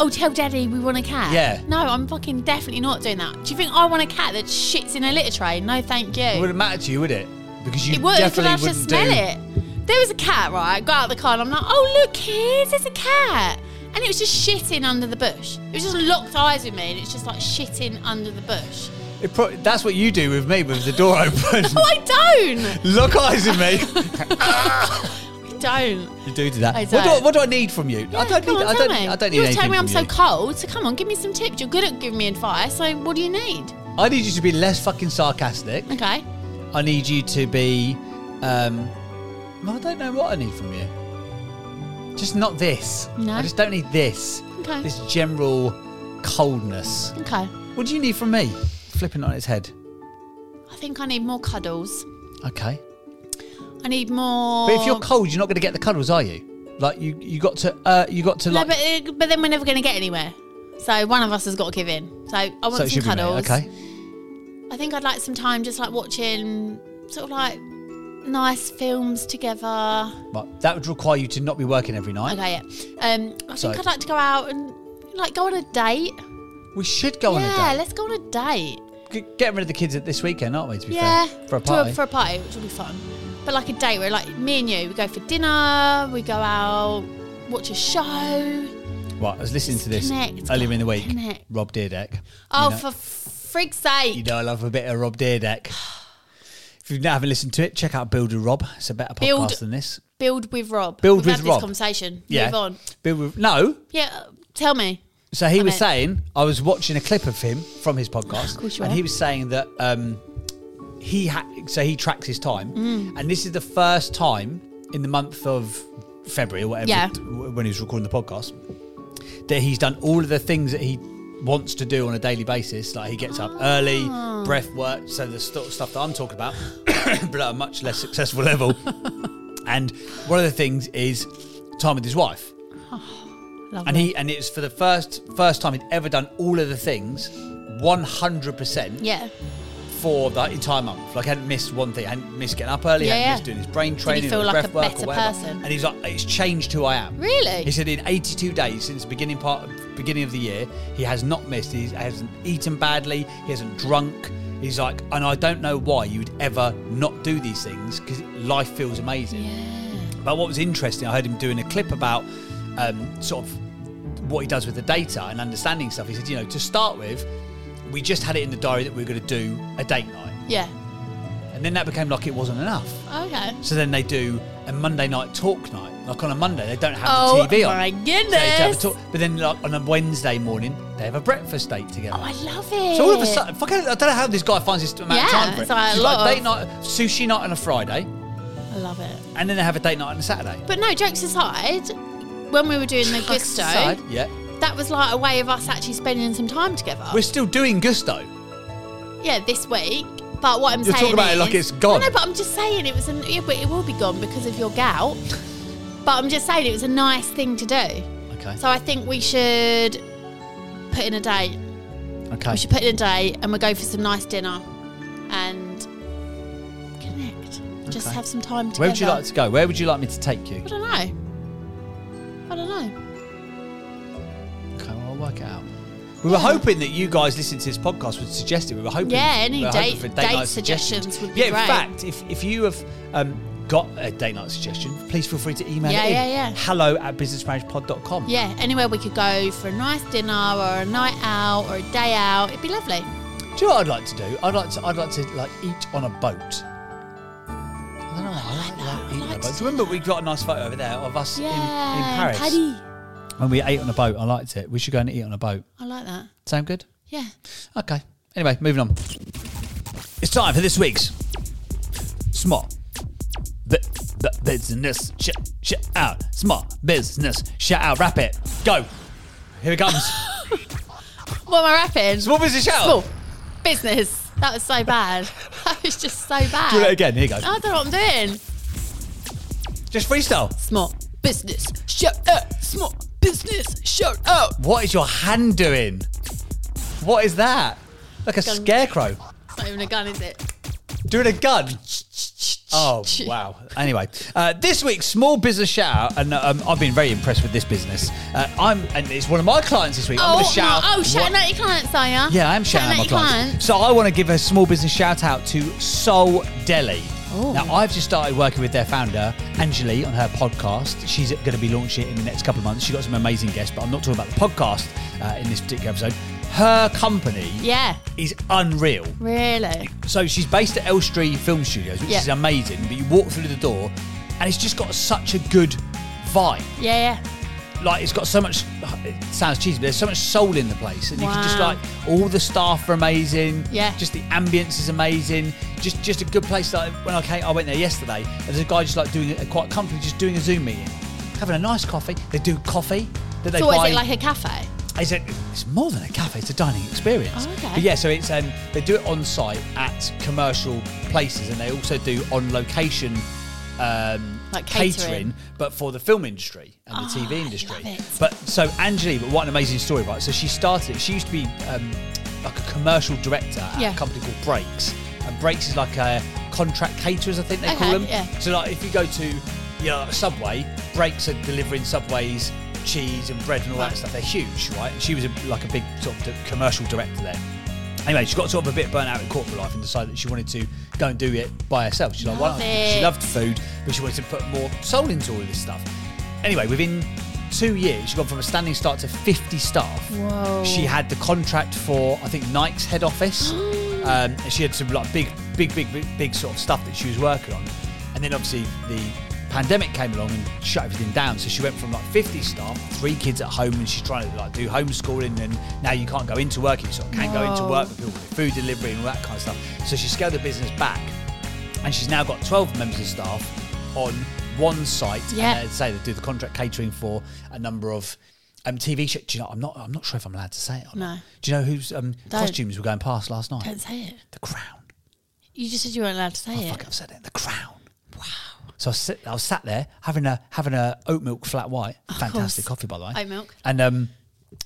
S3: Oh, tell daddy we want a cat.
S2: Yeah.
S3: No, I'm fucking definitely not doing that. Do you think I want a cat that shits in a litter tray? No, thank you.
S2: It wouldn't matter to you, would it? Because you
S3: it would because
S2: definitely
S3: I should
S2: wouldn't
S3: smell
S2: do.
S3: it. There was a cat, right? I got out of the car and I'm like, oh look, kids, there's a cat. And it was just shitting under the bush. It was just locked eyes with me and it's just like shitting under the bush.
S2: It pro- that's what you do with me with the door open.
S3: No, I don't.
S2: Look eyes at me.
S3: I don't.
S2: you do do that.
S3: I
S2: What, do I,
S3: don't.
S2: what do I need from you? I
S3: Yeah,
S2: don't
S3: come
S2: need.
S3: on,
S2: I
S3: tell
S2: don't.
S3: me.
S2: I don't need
S3: You're
S2: anything
S3: telling me I'm
S2: from
S3: so
S2: you.
S3: cold, so come on, give me some tips. You're good at giving me advice, so what do you need?
S2: I need you to be less fucking sarcastic.
S3: Okay.
S2: I need you to be. Um, well, I don't know what I need from you. Just not this.
S3: No.
S2: I just don't need this.
S3: Okay.
S2: This general coldness.
S3: Okay.
S2: What do you need from me? Flipping it on its head.
S3: I think I need more cuddles.
S2: Okay.
S3: I need more.
S2: But if you're cold, you're not going to get the cuddles, are you? Like you, you got to, uh, you got to
S3: no,
S2: like.
S3: but, uh, but then we're never going to get anywhere. So one of us has got to give in. So I want
S2: so it
S3: some
S2: should be me.
S3: cuddles.
S2: Okay.
S3: I think I'd like some time just like watching sort of like nice films together.
S2: Right. That would require you to not be working every night.
S3: Okay, yeah. Um, I
S2: So-
S3: think I'd like to go out and like go on a date.
S2: We should go
S3: yeah,
S2: on a date.
S3: let's go on a date.
S2: G- Getting rid of the kids at this weekend, aren't we? To be
S3: Yeah,
S2: fair, for a
S3: to
S2: party.
S3: for a party, which will be fun. But like a date where like me and you, we go for dinner, we go out, watch a show.
S2: right. I was listening to this
S3: Connect,
S2: earlier in the week.
S3: connect.
S2: Rob Deerdeck.
S3: Oh,
S2: know-
S3: for f- frig's sake!
S2: You know I love a bit of Rob Deerdeck. If you haven't listened to it, check out Build with Rob. It's a better podcast
S3: Build-
S2: than this.
S3: Build with Rob.
S2: Build
S3: We've
S2: with
S3: had
S2: Rob.
S3: this conversation.
S2: Yeah.
S3: Move on.
S2: Build with, no.
S3: Yeah, uh, tell me.
S2: So he
S3: I
S2: was
S3: meant-
S2: saying I was watching a clip of him from his podcast,
S3: course you
S2: and
S3: are.
S2: he was saying that um, he ha- so he tracks his time,
S3: Mm.
S2: and this is the first time in the month of February or whatever
S3: Yeah.
S2: it- when he was recording the podcast that he's done all of the things that he wants to do on a daily basis. Like he gets up early,
S3: Ah.
S2: breath work, so the sort of stuff that I'm talking about, but at a much less successful level. and one of the things is time with his wife
S3: Lovely.
S2: and he and it was for the first first time he'd ever done all of the things 100%
S3: yeah.
S2: for the entire month like I hadn't missed one thing I hadn't missed getting up early I
S3: Yeah,
S2: hadn't
S3: yeah.
S2: missed doing his brain
S3: he
S2: training
S3: feel
S2: or his
S3: like a
S2: breath work
S3: better
S2: or whatever
S3: person?
S2: and he's like it's changed who I am
S3: Really?
S2: he said in 82 days since the beginning part beginning of the year he has not missed he hasn't eaten badly he hasn't drunk he's like and I don't know why you would ever not do these things because life feels amazing but what was interesting, I heard him doing a clip about um, sort of what he does with the data and understanding stuff. He said, you know, to start with, we just had it in the diary that we were going to do a date night.
S3: Yeah.
S2: And then that became like it wasn't enough.
S3: Okay.
S2: So then they do a Monday night talk night. Like on a Monday, they don't have
S3: Oh,
S2: the TV on.
S3: my
S2: So they have a
S3: goodness.
S2: talk- but then like on a Wednesday morning, they have a breakfast date together.
S3: Oh, I love it.
S2: So all of a sudden, fucking, I don't know how this guy finds this amount
S3: Yeah,
S2: of time for it.
S3: it's like a
S2: She's
S3: lot
S2: date
S3: of-
S2: night, sushi night on a Friday,
S3: I love it.
S2: and then they have a date night on a Saturday.
S3: But no, jokes aside, when we were doing the gusto,
S2: Side, yeah.
S3: that was like a way of us actually spending some time together.
S2: We're still doing Gusto.
S3: yeah, this week. But what I'm
S2: You're talking
S3: saying
S2: about it
S3: is,
S2: like it's gone.
S3: No, no, but I'm just saying it was. An, yeah, but it will be gone because of your gout. but I'm just saying it was a nice thing to do.
S2: Okay.
S3: So I think we should put in a date.
S2: okay.
S3: We should put in a date, and we'll go for some nice dinner and connect. Just
S2: Okay.
S3: have some time together.
S2: Where would you like to go? Where would you like me to take you?
S3: I don't know. I don't know.
S2: Okay, well, I'll work it out. We were hoping that you guys listening to this podcast would suggest it. We were hoping,
S3: Yeah, any
S2: we were hoping
S3: date-
S2: for
S3: date
S2: night
S3: suggestions would be
S2: yeah, in
S3: great.
S2: fact, if, if you have um, got a date night suggestion, please feel free to email
S3: Yeah,
S2: it in.
S3: yeah, yeah.
S2: Hello at businessmarriagepod.com.
S3: Yeah, anywhere we could go for a nice dinner or a night out or a day out. It'd be lovely.
S2: Do you know what I'd like to do? I'd like to I'd like to like eat on a boat. I don't know. I like, like, eating on a boat. Do you remember we got a nice photo over there of us
S3: Yeah,
S2: in, in Paris
S3: Paddy.
S2: when we ate on a boat? I liked it. We should go and eat on a boat.
S3: I like that.
S2: Sound good?
S3: Yeah.
S2: Okay. Anyway, moving on. It's time for this week's small bu- bu- business sh- shout out. Small business shout out. Wrap it. Go. Here it comes.
S3: What am I rapping?
S2: small business shout.
S3: Small business. That was so bad. That was just so bad.
S2: Do it again. Here you go.
S3: I don't know what I'm doing.
S2: Just freestyle.
S3: Small business. Shout out. Small business. Shout out.
S2: What is your hand doing? What is that? Like a
S3: Gun.
S2: scarecrow.
S3: It's not even a gun, is it?
S2: Doing a gun. Oh, wow. Anyway, uh, this week's small business shout out, and um, I've been very impressed with this business. Uh, I'm, and it's one of my clients this week. I'm
S3: Oh,
S2: going to shout
S3: my- oh,
S2: what-
S3: shouting out your clients, are ya?
S2: Yeah, I am shouting out my
S3: your
S2: clients. So I want to give a small business shout out to Soul Deli. Now I've just started working with their founder Angelie on her podcast. She's going to be launching it in the next couple of months. She got some amazing guests, but I'm not talking about the podcast uh, in this particular episode. Her company
S3: Yeah,
S2: is unreal.
S3: really.
S2: So she's based at Elstree Film Studios, which
S3: Yeah.
S2: is amazing. But you walk through the door, and it's just got such a good vibe
S3: Yeah, yeah.
S2: like it's got so much it sounds cheesy but there's so much soul in the place and you can just
S3: Wow.
S2: like all the staff are amazing
S3: Yeah.
S2: just the ambience is amazing just just a good place like when I came I went there yesterday and there's a guy just like doing it quite comfortably just doing a Zoom meeting having a nice coffee they do coffee that they
S3: So,
S2: buy
S3: what, is it like a cafe?
S2: it's, a, it's more than a cafe it's a dining experience
S3: Oh, okay.
S2: but yeah so it's um, they do it on site at commercial places and they also do on location um,
S3: Like catering. Ah,
S2: but for the film industry and the TV industry
S3: love it.
S2: but so Angelie, but what an amazing story, right? So she started. She used to be um, like a commercial director at
S3: Yeah.
S2: a company called Breaks, and Breaks is like a contract caterers, I think they call
S3: Okay,
S2: them.
S3: yeah.
S2: So like if you go to you know, Subway, Breaks are delivering Subway's cheese and bread and all that
S3: Right.
S2: stuff. They're huge, right? And she was a, like a big sort of d- commercial director there. Anyway, she got sort of a bit burnt out in corporate life and decided that she wanted to go and do it by herself. She's like, why
S3: Love
S2: not? She
S3: it.
S2: loved food, but she wanted to put more soul into all of this stuff. Anyway, within two years, she gone from a standing start to 50 staff.
S3: Whoa.
S2: She had the contract for, I think, Nike's head office. Um, and she had some like big, big, big, big, big sort of stuff that she was working on. And then obviously the pandemic came along and shut everything down. So she went from like 50 staff, three kids at home, and she's trying to like do homeschooling. And now you can't go into work, you sort of can't go into
S3: Whoa.
S2: work with people with food delivery and all that kind of stuff. So she scaled the business back, and she's now got 12 members of staff on one site.
S3: Yeah.
S2: And, uh, say they do the contract catering for a number of um, TV shows. Do you know? I'm not. I'm not sure if I'm allowed to say it or not.
S3: No.
S2: Do you know whose um,
S3: Don't.
S2: costumes were going past last night?
S3: Don't say it.
S2: The Crown.
S3: You just said you weren't allowed to say
S2: Oh,
S3: it.
S2: fuck! I've said it. The Crown. Wow. So I, sit, I was sat there having a having a oat milk flat white. Fantastic
S3: course.
S2: coffee, by the way.
S3: Oat milk.
S2: And um,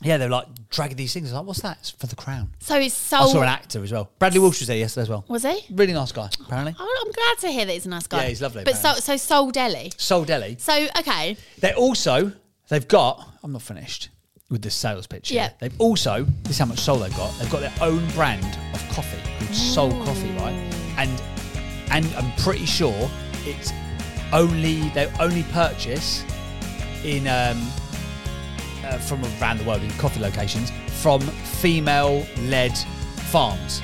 S2: yeah, they were like dragging these things. I was like, what's that? It's for the Crown.
S3: So it's
S2: I saw
S3: soul.
S2: an actor as well. Bradley Walsh was there yesterday as well.
S3: Oh. Was he?
S2: Really nice guy, apparently.
S3: Oh, I'm glad to hear that he's a nice guy.
S2: Yeah, he's lovely,
S3: But so,
S2: apparently.
S3: so Soul Deli.
S2: Soul Deli.
S3: So okay,
S2: They also they've got. I'm not finished with the sales pitch. here.
S3: Yeah.
S2: They've also this is how much soul they've got. They've got their own brand of coffee called Soul
S3: Mm.
S2: Coffee, right? And and I'm pretty sure it's only they only purchase in um, uh, from around the world in coffee locations from female-led farms.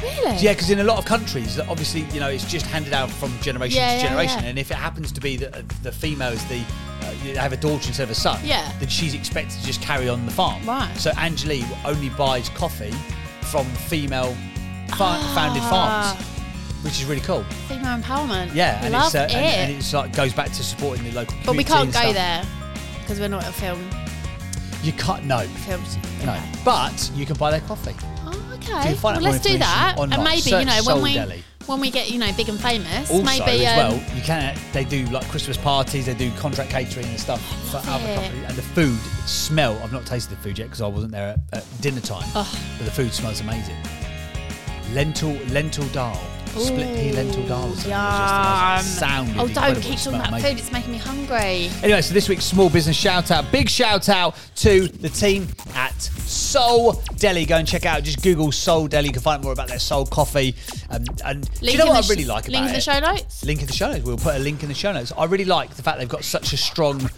S3: really?
S2: Yeah, because in a lot of countries, that obviously, you know, it's just handed out from generation
S3: Yeah,
S2: to
S3: yeah,
S2: generation.
S3: yeah.
S2: And if it happens to be that uh, the female is the uh, you have a daughter instead of a son,
S3: Yeah.
S2: then she's expected to just carry on the farm.
S3: Right.
S2: So Angelique only buys coffee from female fa- founded
S3: Ah.
S2: farms, which is really cool.
S3: Female empowerment.
S2: Yeah, and
S3: Love
S2: it's uh,
S3: it.
S2: And, and it's like goes back to supporting the local.
S3: but
S2: community
S3: we can't
S2: and
S3: go
S2: stuff.
S3: there because we're not a film
S2: You can't. No,
S3: film.
S2: no.
S3: Okay.
S2: But you can buy their coffee.
S3: Oh,
S2: So
S3: okay.
S2: you find out
S3: Well,
S2: more
S3: let's do
S2: information
S3: that,
S2: online.
S3: and maybe
S2: Search
S3: you know when
S2: Soul
S3: we
S2: Deli.
S3: when we get you know big and famous,
S2: Also,
S3: maybe
S2: as
S3: um,
S2: well, you can. They do like Christmas parties. They do contract catering and stuff for other
S3: it.
S2: companies. And the food smell. I've not tasted the food yet because I wasn't there at, at dinner time. But the food smells amazing. Lentil lentil dal, split pea lentil dal. or something. It was just the most-
S3: yum.
S2: Sounded
S3: oh,
S2: incredible.
S3: don't
S2: It
S3: keep talking
S2: smelled
S3: about
S2: amazing.
S3: food. It's making me hungry.
S2: Anyway, so this week's small business shout out, big shout out to the team at Soul Deli. Go and check out. Just Google Soul Deli. You can find out more about their Soul Coffee. Um, and do you
S3: Link
S2: know
S3: in
S2: what I
S3: the
S2: really
S3: sh-
S2: like about
S3: link in the
S2: it?
S3: show notes?
S2: Link in the show notes. We'll put a link in the show notes. I really like the fact they've got such a strong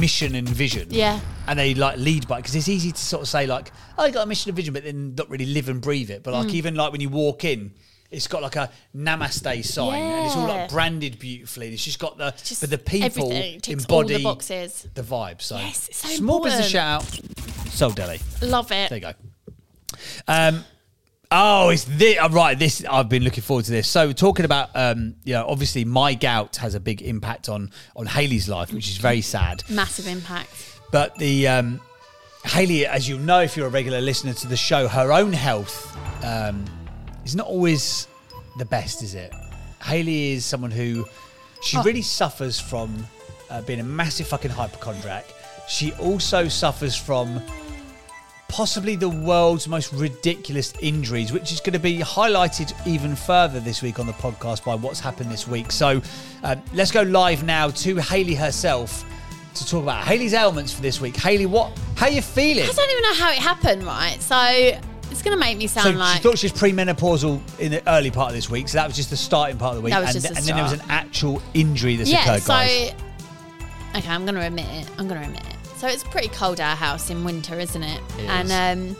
S2: mission and vision.
S3: Yeah.
S2: And they like lead by because it's easy to sort of say like, oh, you got a mission and vision, but then not really live and breathe it. But
S3: Mm.
S2: like even like when you walk in. It's got like a namaste sign, and it's all
S3: Yeah.
S2: like branded beautifully. And it's just got the
S3: Just
S2: but the people
S3: everything. It ticks all
S2: embody
S3: the boxes.
S2: the vibe. So,
S3: Yes, it's so
S2: small business shout
S3: important.
S2: out. Soul Deli.
S3: Love it.
S2: There you go. Um, oh, it's this. Oh, right, this I've been looking forward to this. So talking about, um, you know, obviously my gout has a big impact on on Haley's life, which is very sad.
S3: Massive impact.
S2: But the um, Haley, as you know, if you're a regular listener to the show, her own health um, is not always the best, is it? Haley is someone who she really suffers from uh, being a massive fucking hypochondriac. She also suffers from possibly the world's most ridiculous injuries, which is going to be highlighted even further this week on the podcast by what's happened this week. So um, let's go live now to Haley herself to talk about Haley's ailments for this week. Haley, what? How you feeling?
S3: I don't even know how it happened, right? So it's gonna make me
S2: So
S3: sound
S2: she
S3: like
S2: thought she was premenopausal in the early part of this week, so that was just the starting part of the week,
S3: That was
S2: and,
S3: just the
S2: and then there was an
S3: start.
S2: actual injury that's
S3: yeah.
S2: occurred,
S3: So
S2: guys.
S3: okay, I'm gonna admit it. I'm gonna admit it. So it's pretty cold our house in winter, isn't it?
S2: It
S3: and
S2: is.
S3: um,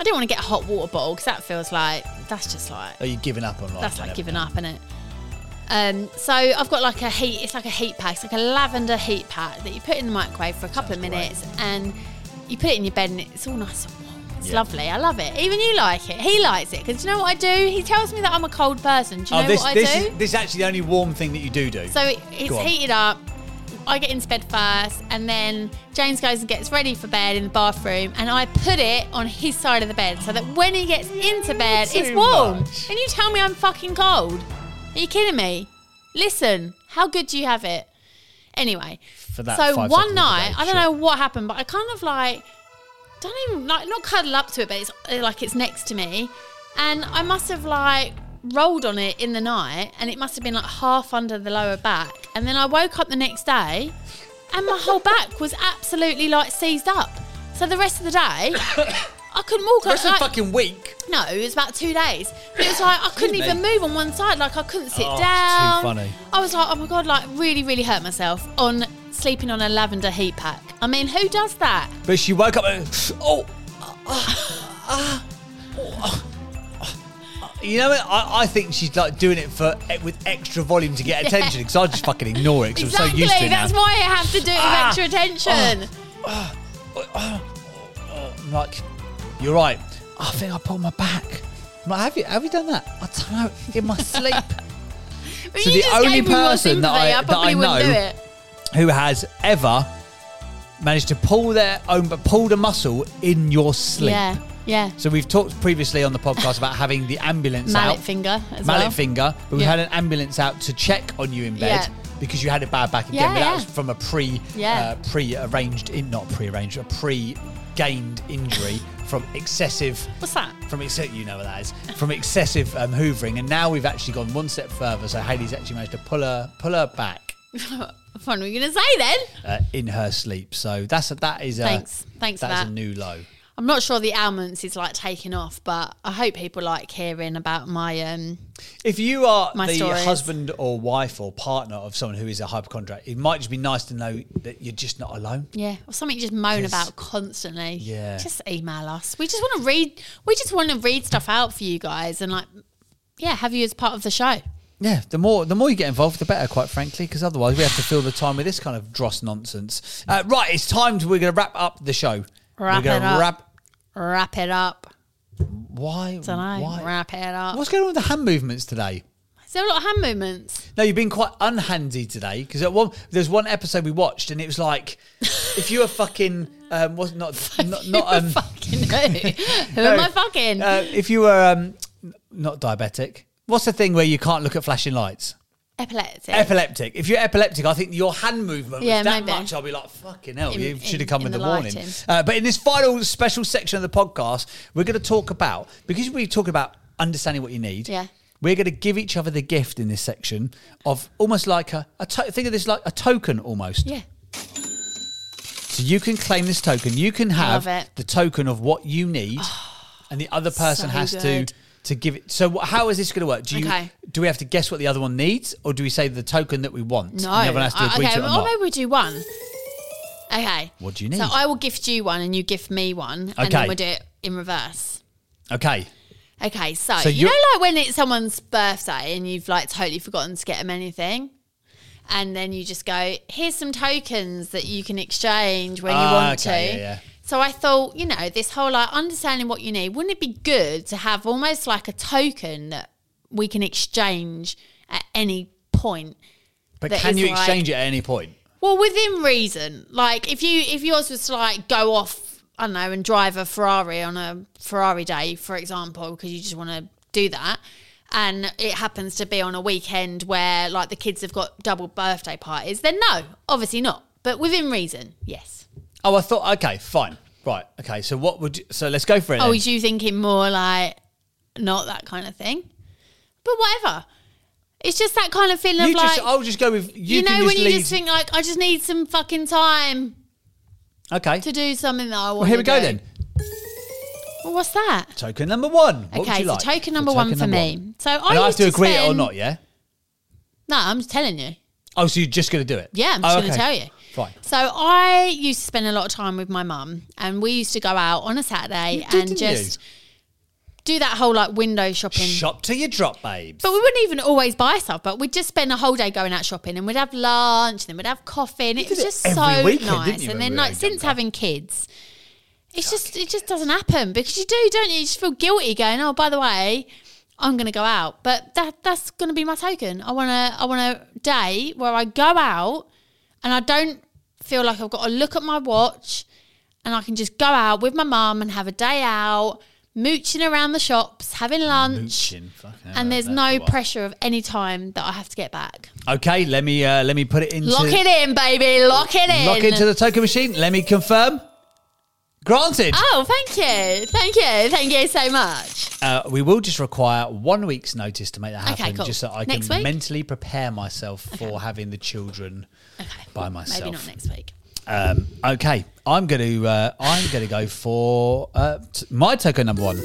S3: I didn't want to get a hot water bottle because that feels like that's just like
S2: Are you giving Oh, up on life?
S3: That's
S2: and
S3: like
S2: everything?
S3: giving up, isn't it? Um, so I've got like a heat. It's like a heat pack. It's like a lavender heat pack that you put in the microwave for a couple of
S2: Sounds
S3: minutes, and you put it in your bed, and it's all nice and warm. It's
S2: Yeah.
S3: lovely. I love it. Even you like it. He likes it because you know what I do. He tells me that I'm a cold person. Do you know
S2: oh, this,
S3: what I
S2: this,
S3: do?
S2: Is, this is actually the only warm thing that you do do.
S3: So it, it's
S2: Go on.
S3: heated up. I get into bed first, and then James goes and gets ready for bed in the bathroom, and I put it on his side of the bed so that when he gets into bed,
S2: Too
S3: it's warm.
S2: much.
S3: And you tell me I'm fucking cold? Are you kidding me? Listen, how good do you have it? Anyway,
S2: For that
S3: so
S2: five
S3: one
S2: seconds of the
S3: night,
S2: day,
S3: I don't
S2: sure.
S3: know what happened, but I kind of like don't even like not cuddle up to it, but it's uh, like it's next to me, and I must have like rolled on it in the night, and it must have been like half under the lower back, and then I woke up the next day, and my whole back was absolutely like seized up. So the rest of the day, I couldn't walk.
S2: the rest
S3: I,
S2: of the
S3: like-
S2: fucking week.
S3: no, it was about two days. It was like I couldn't
S2: Excuse
S3: even
S2: me.
S3: move on one side. Like I couldn't sit
S2: Oh, it's too
S3: down.
S2: funny.
S3: I was like, oh my god, like really, really hurt myself on sleeping on a lavender heat pack. I mean, who does that?
S2: But uh, she woke up and oh, uh, You know what? I, I think she's like doing it for with extra volume to get attention because I just fucking ignore it because
S3: exactly.
S2: I'm so used to it
S3: That's
S2: now.
S3: why I have to do it with
S2: Ah.
S3: extra attention.
S2: I'm like, you're right. I think I pulled my back. I'm like, have you have you done that? I don't know. In my sleep.
S3: But
S2: So
S3: you
S2: the
S3: just
S2: only
S3: gave me more
S2: person that I-
S3: sympathy. I
S2: that
S3: probably
S2: I
S3: wouldn't do
S2: know-
S3: it.
S2: Who has ever managed to pull their own pulled a muscle in your sleep?
S3: Yeah, yeah.
S2: So we've talked previously on the podcast about having the ambulance
S3: Mallet
S2: out.
S3: finger as
S2: mallet
S3: well.
S2: finger. But we
S3: Yeah.
S2: had an ambulance out to check on you in bed
S3: Yeah.
S2: because you had a bad back again.
S3: Yeah,
S2: but that
S3: yeah.
S2: was from a pre
S3: Yeah.
S2: uh, pre-arranged, in, not pre-arranged, a pre-gained injury from excessive.
S3: What's that?
S2: From excessive, you know what that is. From excessive um, hoovering, and now we've actually gone one step further. So Haley's actually managed to pull her pull her back
S3: What are we going to say then?
S2: uh, in her sleep. So that's a, that is a
S3: Thanks. Thanks for
S2: that is
S3: that.
S2: a new low.
S3: I'm not sure the almonds is like taking off, but I hope people like hearing about my um
S2: If you are
S3: My
S2: the
S3: stories.
S2: husband or wife or partner of someone who is a hypochondriac, it might just be nice to know that you're just not alone.
S3: yeah, or something you just moan
S2: Yes.
S3: about constantly.
S2: Yeah.
S3: Just email us. We just want to read we just want to read stuff out for you guys and like yeah, have you as part of the show.
S2: Yeah, the more the more you get involved, the better, quite frankly, because otherwise we have to fill the time with this kind of dross nonsense. Uh, right, it's time to, we're going to wrap up the show.
S3: Wrap
S2: we're gonna
S3: it up.
S2: Wrap
S3: Wrap it up.
S2: why?
S3: Don't know.
S2: why-
S3: Wrap it up.
S2: What's going on with the hand movements today?
S3: Is there a lot of hand movements?
S2: No, you've been quite unhandy today because at one there's one episode we watched and it was like if you were fucking um was not not, not um
S3: fucking who? who am I fucking?
S2: uh, if you were um n- not diabetic. What's the thing where you can't look at flashing lights?
S3: Epileptic.
S2: Epileptic. If you're epileptic, I think your hand movement
S3: Yeah,
S2: was that
S3: maybe.
S2: much. I'll be like, fucking hell,
S3: In-
S2: you should
S3: in-
S2: have come with
S3: in the
S2: a warning.
S3: lighting.
S2: Uh, but in this final special section of the podcast, we're going to talk about because we talk about understanding what you need.
S3: Yeah.
S2: We're going to give each other the gift in this section of almost like a, a to- think of this like a token almost.
S3: yeah.
S2: So you can claim this token. You can have
S3: Love it. Oh,
S2: the token of what you need, and the other person
S3: so
S2: has
S3: good.
S2: to to give it. So wh- how is this going to work? Do you
S3: Okay.
S2: do we have to guess what the other one needs, or do we say the token that we want?
S3: No.
S2: and the other one has to
S3: I-
S2: agree
S3: okay,
S2: to it or
S3: or
S2: not?
S3: maybe we do one. Okay.
S2: What do you need?
S3: So I will gift you one and you gift me one. And
S2: Okay.
S3: then we'll do it in reverse.
S2: Okay.
S3: Okay, so,
S2: So
S3: you know
S2: you're-
S3: like when it's someone's birthday and you've like totally forgotten to get them anything? And then you just go, here's some tokens that you can exchange when you
S2: Ah,
S3: want
S2: okay,
S3: to.
S2: yeah, yeah.
S3: So I thought, you know, this whole like understanding what you need, wouldn't it be good to have almost like a token that we can exchange at any point?
S2: But
S3: That
S2: can
S3: is
S2: you
S3: like-
S2: exchange it at any point?
S3: Well, within reason. Like if you if yours was to like go off, I don't know, and drive a Ferrari on a Ferrari day, for example, because you just want to do that. And it happens to be on a weekend where like the kids have got double birthday parties, then no, obviously not. But within reason, yes.
S2: Oh, I thought. Okay, fine. Right. Okay. So what would? You, so let's go for it.
S3: Oh,
S2: then.
S3: is you thinking more like not that kind of thing? But whatever. It's just that kind of feeling
S2: You
S3: of like
S2: just. I'll just go with you.
S3: you, know
S2: can
S3: when
S2: just
S3: you
S2: leave.
S3: just think like I just need some fucking time
S2: okay.
S3: to do something that I want.
S2: well, here
S3: to
S2: we go
S3: do.
S2: then.
S3: Well, what's that?
S2: Token number one. What would
S3: okay,
S2: you like?
S3: so token number one
S2: token
S3: for
S2: number
S3: me.
S2: one.
S3: So I
S2: And I have
S3: used
S2: to agree it or
S3: spend,
S2: not, yeah.
S3: No, I'm just telling you.
S2: Oh, so you're just going to do it?
S3: Yeah, I'm
S2: Oh,
S3: just going to
S2: okay.
S3: tell you.
S2: Fine.
S3: So I used to spend a lot of time with my mum, and we used to go out on a Saturday
S2: did,
S3: and
S2: didn't
S3: just do that whole like window shopping.
S2: Shop till you drop, babes.
S3: but we wouldn't even always buy stuff, but we'd just spend a whole day going out shopping and we'd have lunch and then we'd have coffee and it was
S2: did it
S3: just
S2: every
S3: so
S2: weekend, didn't
S3: nice.
S2: you, when
S3: and
S2: we
S3: then
S2: were
S3: like
S2: younger?
S3: since having kids, it's just it just doesn't happen because you do, don't you? You just feel guilty going, Oh, by the way, I'm gonna go out. But that that's gonna be my token. I wanna I want a day where I go out and I don't feel like I've got to look at my watch and I can just go out with my mum and have a day out, mooching around the shops, having lunch
S2: Mooching, fucking hell,
S3: and there's
S2: that's
S3: no
S2: the one.
S3: pressure of any time that I have to get back.
S2: Okay, let me uh, let me put it into
S3: Lock it in, baby. Lock it in.
S2: lock into the token machine. Let me confirm. Granted,
S3: Oh, thank you, thank you, thank you so much.
S2: uh, we will just require one week's notice to make that
S3: Okay,
S2: happen,
S3: cool.
S2: just so I
S3: Next
S2: can
S3: week?
S2: mentally prepare myself for having the children by myself.
S3: Maybe not next week.
S2: Um, okay, I'm going to uh, I'm going to go for uh, t- my token number one.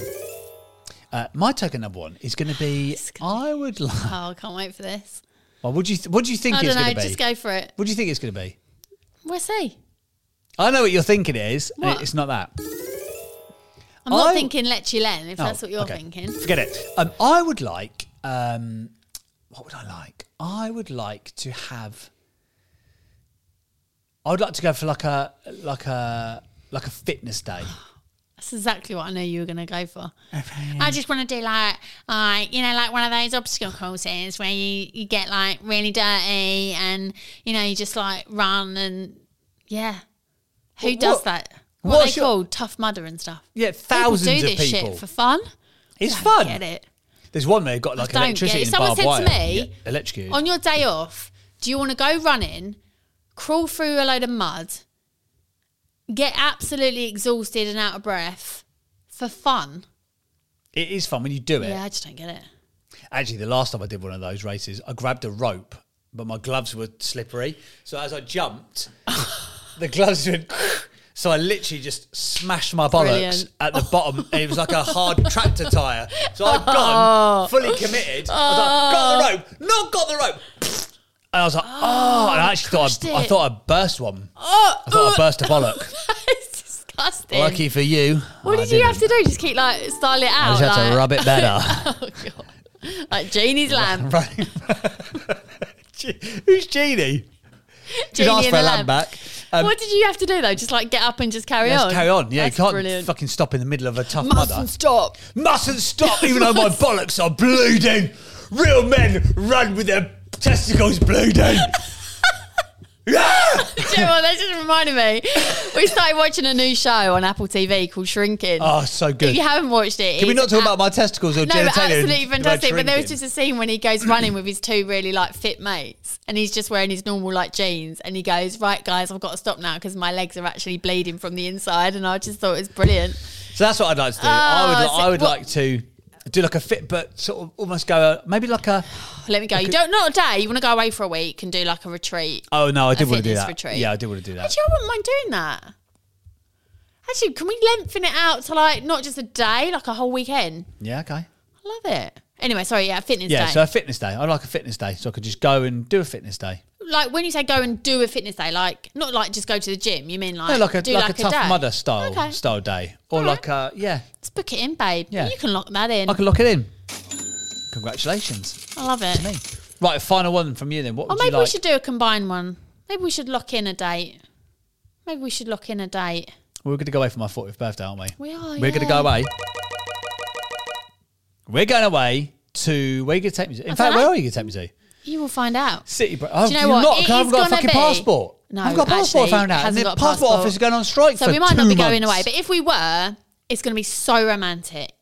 S2: Uh, my token number one is going to be. I would like.
S3: Oh, I can't wait for this.
S2: Well, what do you th- what do you think
S3: I
S2: it's
S3: don't
S2: going to
S3: know.
S2: be?
S3: Just go for it.
S2: What do you think it's going to be?
S3: We'll see.
S2: I know what you're thinking it is, and
S3: What?
S2: it's not that.
S3: I'm not
S2: I-
S3: thinking lechulen if
S2: Oh,
S3: that's what you're
S2: okay.
S3: thinking.
S2: Forget it. Um, I would like. Um, what would I like? I would like to have. I would like to go for like a like a like a fitness day.
S3: That's exactly what I knew you were going to go for. I just want to do like, like you know, like one of those obstacle courses where you, you get like really dirty and you know you just like run and yeah. Who
S2: What-
S3: does
S2: what-
S3: that? What are
S2: what's
S3: they
S2: your-
S3: called? Tough mudder and stuff.
S2: Yeah, thousands
S3: people do
S2: of
S3: this
S2: people.
S3: shit for fun.
S2: it's
S3: Don't
S2: fun.
S3: Get it?
S2: There's one they've got like
S3: don't get
S2: electricity
S3: it.
S2: and
S3: Someone
S2: barbed
S3: said to
S2: wire.
S3: me,
S2: Yeah, electrocuted.
S3: On your day off, do you want to go running, crawl through a load of mud, get absolutely exhausted and out of breath for fun?
S2: it is fun when you do it.
S3: Yeah, I just don't get it.
S2: Actually, the last time I did one of those races, I grabbed a rope, but my gloves were slippery. So as I jumped, the gloves went. So I literally just smashed my bollocks
S3: Brilliant.
S2: at the bottom. and it was like a hard tractor tire. So I'd
S3: Oh.
S2: gone fully committed. I was like, got the rope, not got the rope. And I was like, oh, and I actually thought
S3: crushed
S2: I, I
S3: it. Oh.
S2: thought I burst one. I thought I burst a bollock.
S3: it's disgusting.
S2: Lucky for you.
S3: what
S2: I
S3: did you have to
S2: didn't.
S3: do? Just keep like style it out.
S2: I just had
S3: like,
S2: to rub it better.
S3: Oh god. Like Jeannie's lamp.
S2: Right. Gee- Who's Jeannie? She's
S3: Jeannie
S2: asked
S3: and
S2: for
S3: the
S2: a
S3: lamp.
S2: land back. Um,
S3: what did you have to do though? Just like get up and just carry
S2: let's
S3: on.
S2: carry on. Yeah,
S3: That's
S2: you can't
S3: brilliant.
S2: fucking stop in the middle of a tough
S3: Mustn't
S2: mother.
S3: stop.
S2: Mustn't stop, even though my bollocks are bleeding. Real men run with their testicles bleeding. Yeah!
S3: Do you know what? That just reminded me. We started watching a new show on Apple TV called Shrinking.
S2: Oh, so
S3: if
S2: good.
S3: you haven't watched it,
S2: Can we
S3: it's
S2: not talk
S3: ab-
S2: about my testicles or
S3: No,
S2: genitalia?
S3: but absolutely
S2: and my
S3: fantastic. But there
S2: shrinking?
S3: was just a scene when he goes running with his two really like fit mates, and he's just wearing his normal like jeans, and he goes, "Right, guys, I've got to stop now because my legs are actually bleeding from the inside." And I just thought it was brilliant.
S2: So that's what I'd like to do. I would,
S3: Oh,
S2: li-
S3: so
S2: I would
S3: what-
S2: like to do like a fit, but sort of almost go uh, maybe like a.
S3: Let me go. You don't not a day. You want to go away for a week and do like a retreat.
S2: Oh no, I did want to do
S3: fitness
S2: that.
S3: retreat.
S2: Yeah, I did want to do that.
S3: Actually, I wouldn't mind doing that. Actually, can we lengthen it out to like not just a day, like a whole weekend?
S2: Yeah, okay.
S3: I love it. Anyway, sorry, yeah, fitness
S2: Yeah,
S3: day.
S2: so a fitness day. I like a fitness day, so I could just go and do a fitness day.
S3: like when you say go and do a fitness day, like not like just go to the gym. You mean like
S2: No, like a
S3: do
S2: like, a, tough
S3: day.
S2: mother style
S3: Okay.
S2: style day, or
S3: All
S2: like a yeah,
S3: Let's book it in, babe.
S2: Yeah.
S3: you can lock that in.
S2: I could lock it in. Congratulations,
S3: I love it.
S2: me. Right, final one from you then. What
S3: Or
S2: would
S3: maybe
S2: you like?
S3: we should do a combined one. Maybe we should lock in a date. Maybe we should lock in a date.
S2: We're going to go away for my 40th birthday, aren't we?
S3: We are,
S2: We're going to
S3: yeah.
S2: go away. We're going away to where are you going to take me to? In
S3: I
S2: fact,
S3: dunno.
S2: where are you going to take me to?
S3: You will find out.
S2: City. Bro- oh,
S3: Do you know
S2: you're
S3: what?
S2: Not,
S3: It
S2: 'cause I haven't
S3: is
S2: got a
S3: gonna
S2: fucking
S3: be-
S2: passport.
S3: No,
S2: I haven't got a passport.
S3: actually,
S2: I found out, and
S3: hasn't
S2: the
S3: got a
S2: passport,
S3: passport.
S2: office is going on strike
S3: So
S2: for
S3: we might
S2: two
S3: not be
S2: months.
S3: going away, but if we were, it's going to be so romantic.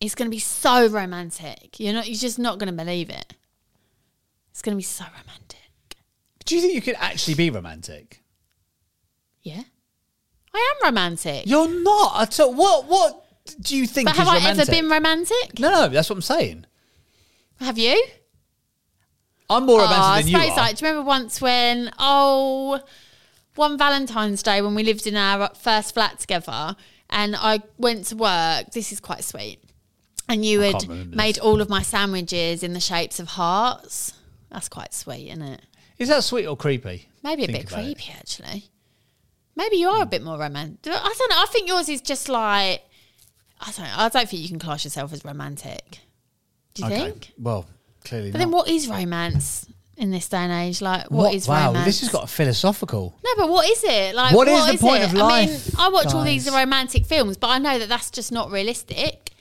S3: It's going to be so romantic. You're not. You're just not going to believe it. It's going to be so romantic.
S2: Do you think you could actually be romantic?
S3: Yeah, I am romantic.
S2: You're not at all. What what do you think?
S3: but have
S2: is
S3: I
S2: romantic?
S3: ever been romantic?
S2: No, no, that's what I'm saying.
S3: Have you?
S2: I'm more
S3: Oh, I
S2: romantic than you
S3: suppose
S2: are.
S3: like, do you remember once when oh one Valentine's Day when we lived in our first flat together and I went to work, this is quite sweet. And you
S2: I can't
S3: had
S2: remember
S3: made
S2: this.
S3: all of my sandwiches in the shapes of hearts. That's quite sweet, isn't it?
S2: Is that sweet or creepy?
S3: Maybe a
S2: Think
S3: bit
S2: about it.
S3: creepy actually. Maybe you are a bit more romantic. I don't know. I think yours is just like I don't know. I don't think you can class yourself as romantic. Do you
S2: Okay.
S3: think?
S2: Well, clearly
S3: But
S2: not.
S3: then what is romance in this day and age? Like what is
S2: wow,
S3: romance?
S2: this has got a philosophical.
S3: No, but what is it? Like
S2: What is the point
S3: it?
S2: of
S3: I mean,
S2: life,
S3: I watch all these
S2: guys?
S3: romantic films, but I know that that's just not realistic.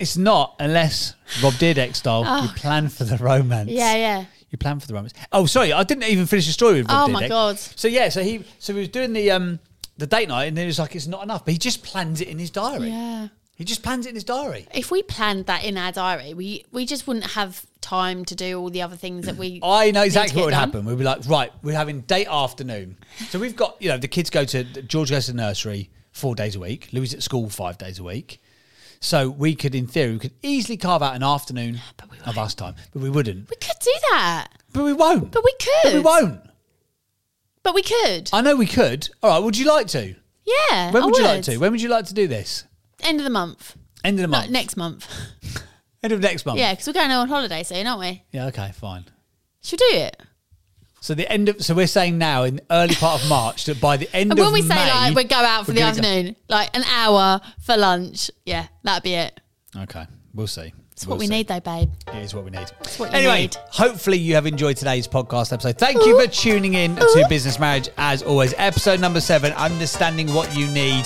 S2: It's not unless Rob Dyrdek style you plan for the romance.
S3: Oh. Yeah, yeah.
S2: You plan for the romance. Oh, sorry, I didn't even finish the story with Rob
S3: Oh, my
S2: Dyrdek.
S3: God.
S2: So yeah, so he so he was doing the um the date night and he was like, it's not enough, but he just plans it in his diary.
S3: Yeah.
S2: He just plans it in his diary.
S3: If we planned that in our diary, we we just wouldn't have time to do all the other things that we.
S2: I know
S3: need to
S2: exactly
S3: get
S2: what would
S3: done.
S2: happen. We'd be like, right, we're having date afternoon. So we've got, you know, the kids go to, George goes to nursery four days a week. Louis at school five days a week. So we could, in theory, we could easily carve out an afternoon of us time, but we wouldn't.
S3: We could do that,
S2: But we won't.
S3: but we could.
S2: But we won't.
S3: But we could.
S2: I know we could. All right, would you like to?
S3: yeah.
S2: When
S3: I
S2: would, you like to? When would you like to do this?
S3: End of the month.
S2: End of the
S3: No,
S2: month.
S3: next month.
S2: End of next month.
S3: Yeah, because we're going on holiday soon, aren't we?
S2: Yeah, okay, fine.
S3: Should we do it?
S2: So the end of so we're saying now in the early part of March that by the end
S3: And when
S2: of
S3: we say
S2: May,
S3: like we go out for
S2: we're
S3: the
S2: gonna go-
S3: afternoon, like an hour for lunch, yeah, that'd be it.
S2: okay, we'll see.
S3: It's what we need though, babe.
S2: It is what we need.
S3: what you
S2: anyway,
S3: need.
S2: hopefully you have enjoyed today's podcast episode. Thank you for tuning in to Business Marriage as always. Episode number seven, understanding what you need.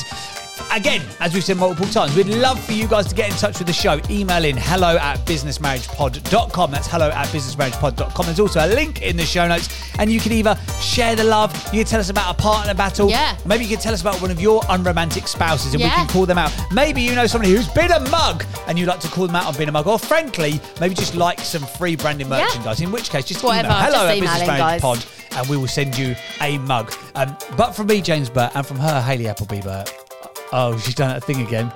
S2: Again, as we've said multiple times, we'd love for you guys to get in touch with the show. Email in hello at businessmarriagepod.com. That's hello at businessmarriagepod.com. There's also a link in the show notes, and you can either share the love, you can tell us about a partner battle,
S3: Yeah.
S2: maybe you can tell us about one of your unromantic spouses, and we
S3: Yeah.
S2: can call them out. Maybe you know somebody who's been a mug and you like to call them out on being a mug, or frankly, maybe just like some free branding
S3: Yeah.
S2: merchandise. In which case, just
S3: Whatever,
S2: email hello
S3: just
S2: at
S3: email
S2: Business
S3: in,
S2: Marriage
S3: guys.
S2: Pod, and we will send you a mug. Um, but from me, James Burt, and from her, Hayley Appleby Burt. Oh, she's done that thing again.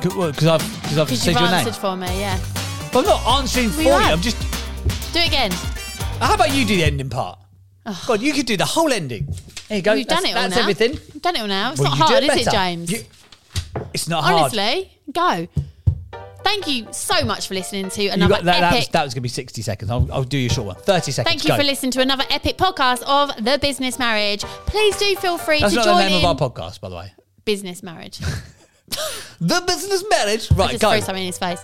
S2: Because I've because I've
S3: Because
S2: said
S3: you've
S2: your
S3: answered
S2: name.
S3: for me, yeah.
S2: But I'm not answering for
S3: We
S2: you.
S3: have.
S2: I'm just.
S3: Do it again.
S2: How about you do the ending part? God, you could do the whole ending. There you go.
S3: You've
S2: that's,
S3: done it all
S2: That's
S3: now.
S2: everything.
S3: You've done it all now. It's
S2: Well,
S3: not
S2: you do
S3: hard,
S2: it
S3: is it,
S2: better.
S3: James?
S2: You- it's not hard.
S3: Honestly, go. Thank you so much for listening to
S2: You
S3: another
S2: got, that, that was,
S3: epic.
S2: that was going to be 60 seconds. I'll, I'll do you a short one. 30 seconds.
S3: Thank you
S2: go.
S3: for listening to another epic podcast of The Business Marriage. Please do feel free
S2: That's
S3: to
S2: not
S3: join
S2: the name
S3: in
S2: of our podcast, by the way.
S3: Business Marriage.
S2: The Business Marriage. Right,
S3: Just
S2: go.
S3: throw something in his face.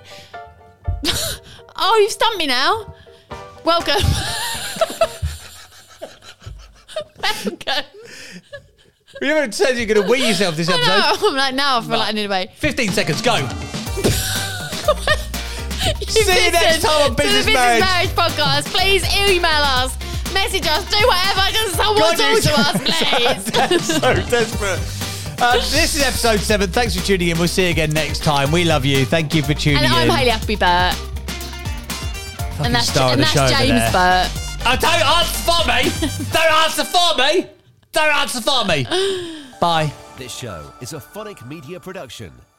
S3: oh, you've stumped me now. Welcome. Welcome.
S2: You haven't said you're going to wee yourself this
S3: I know.
S2: episode.
S3: I'm like now. I feel like I need a way.
S2: 15 seconds, go.
S3: You've
S2: See you next
S3: listened
S2: time on
S3: to
S2: Business
S3: the Business
S2: Marriage.
S3: Marriage. podcast. Please email us, message us, do whatever. Just someone
S2: God, you-
S3: talk to us, please.
S2: That's so desperate. Uh, this is episode seven. Thanks for tuning in. We'll see you again next time. We love you. Thank you for tuning
S3: and
S2: in.
S3: I'm Hayley Appleby Burt,
S2: Fucking
S3: and that's
S2: star of
S3: and
S2: the
S3: that's
S2: show over
S3: James
S2: there.
S3: Burt.
S2: Oh, don't answer for me. don't answer for me. Don't answer for me. Bye.
S1: This show is a Phonic Media production.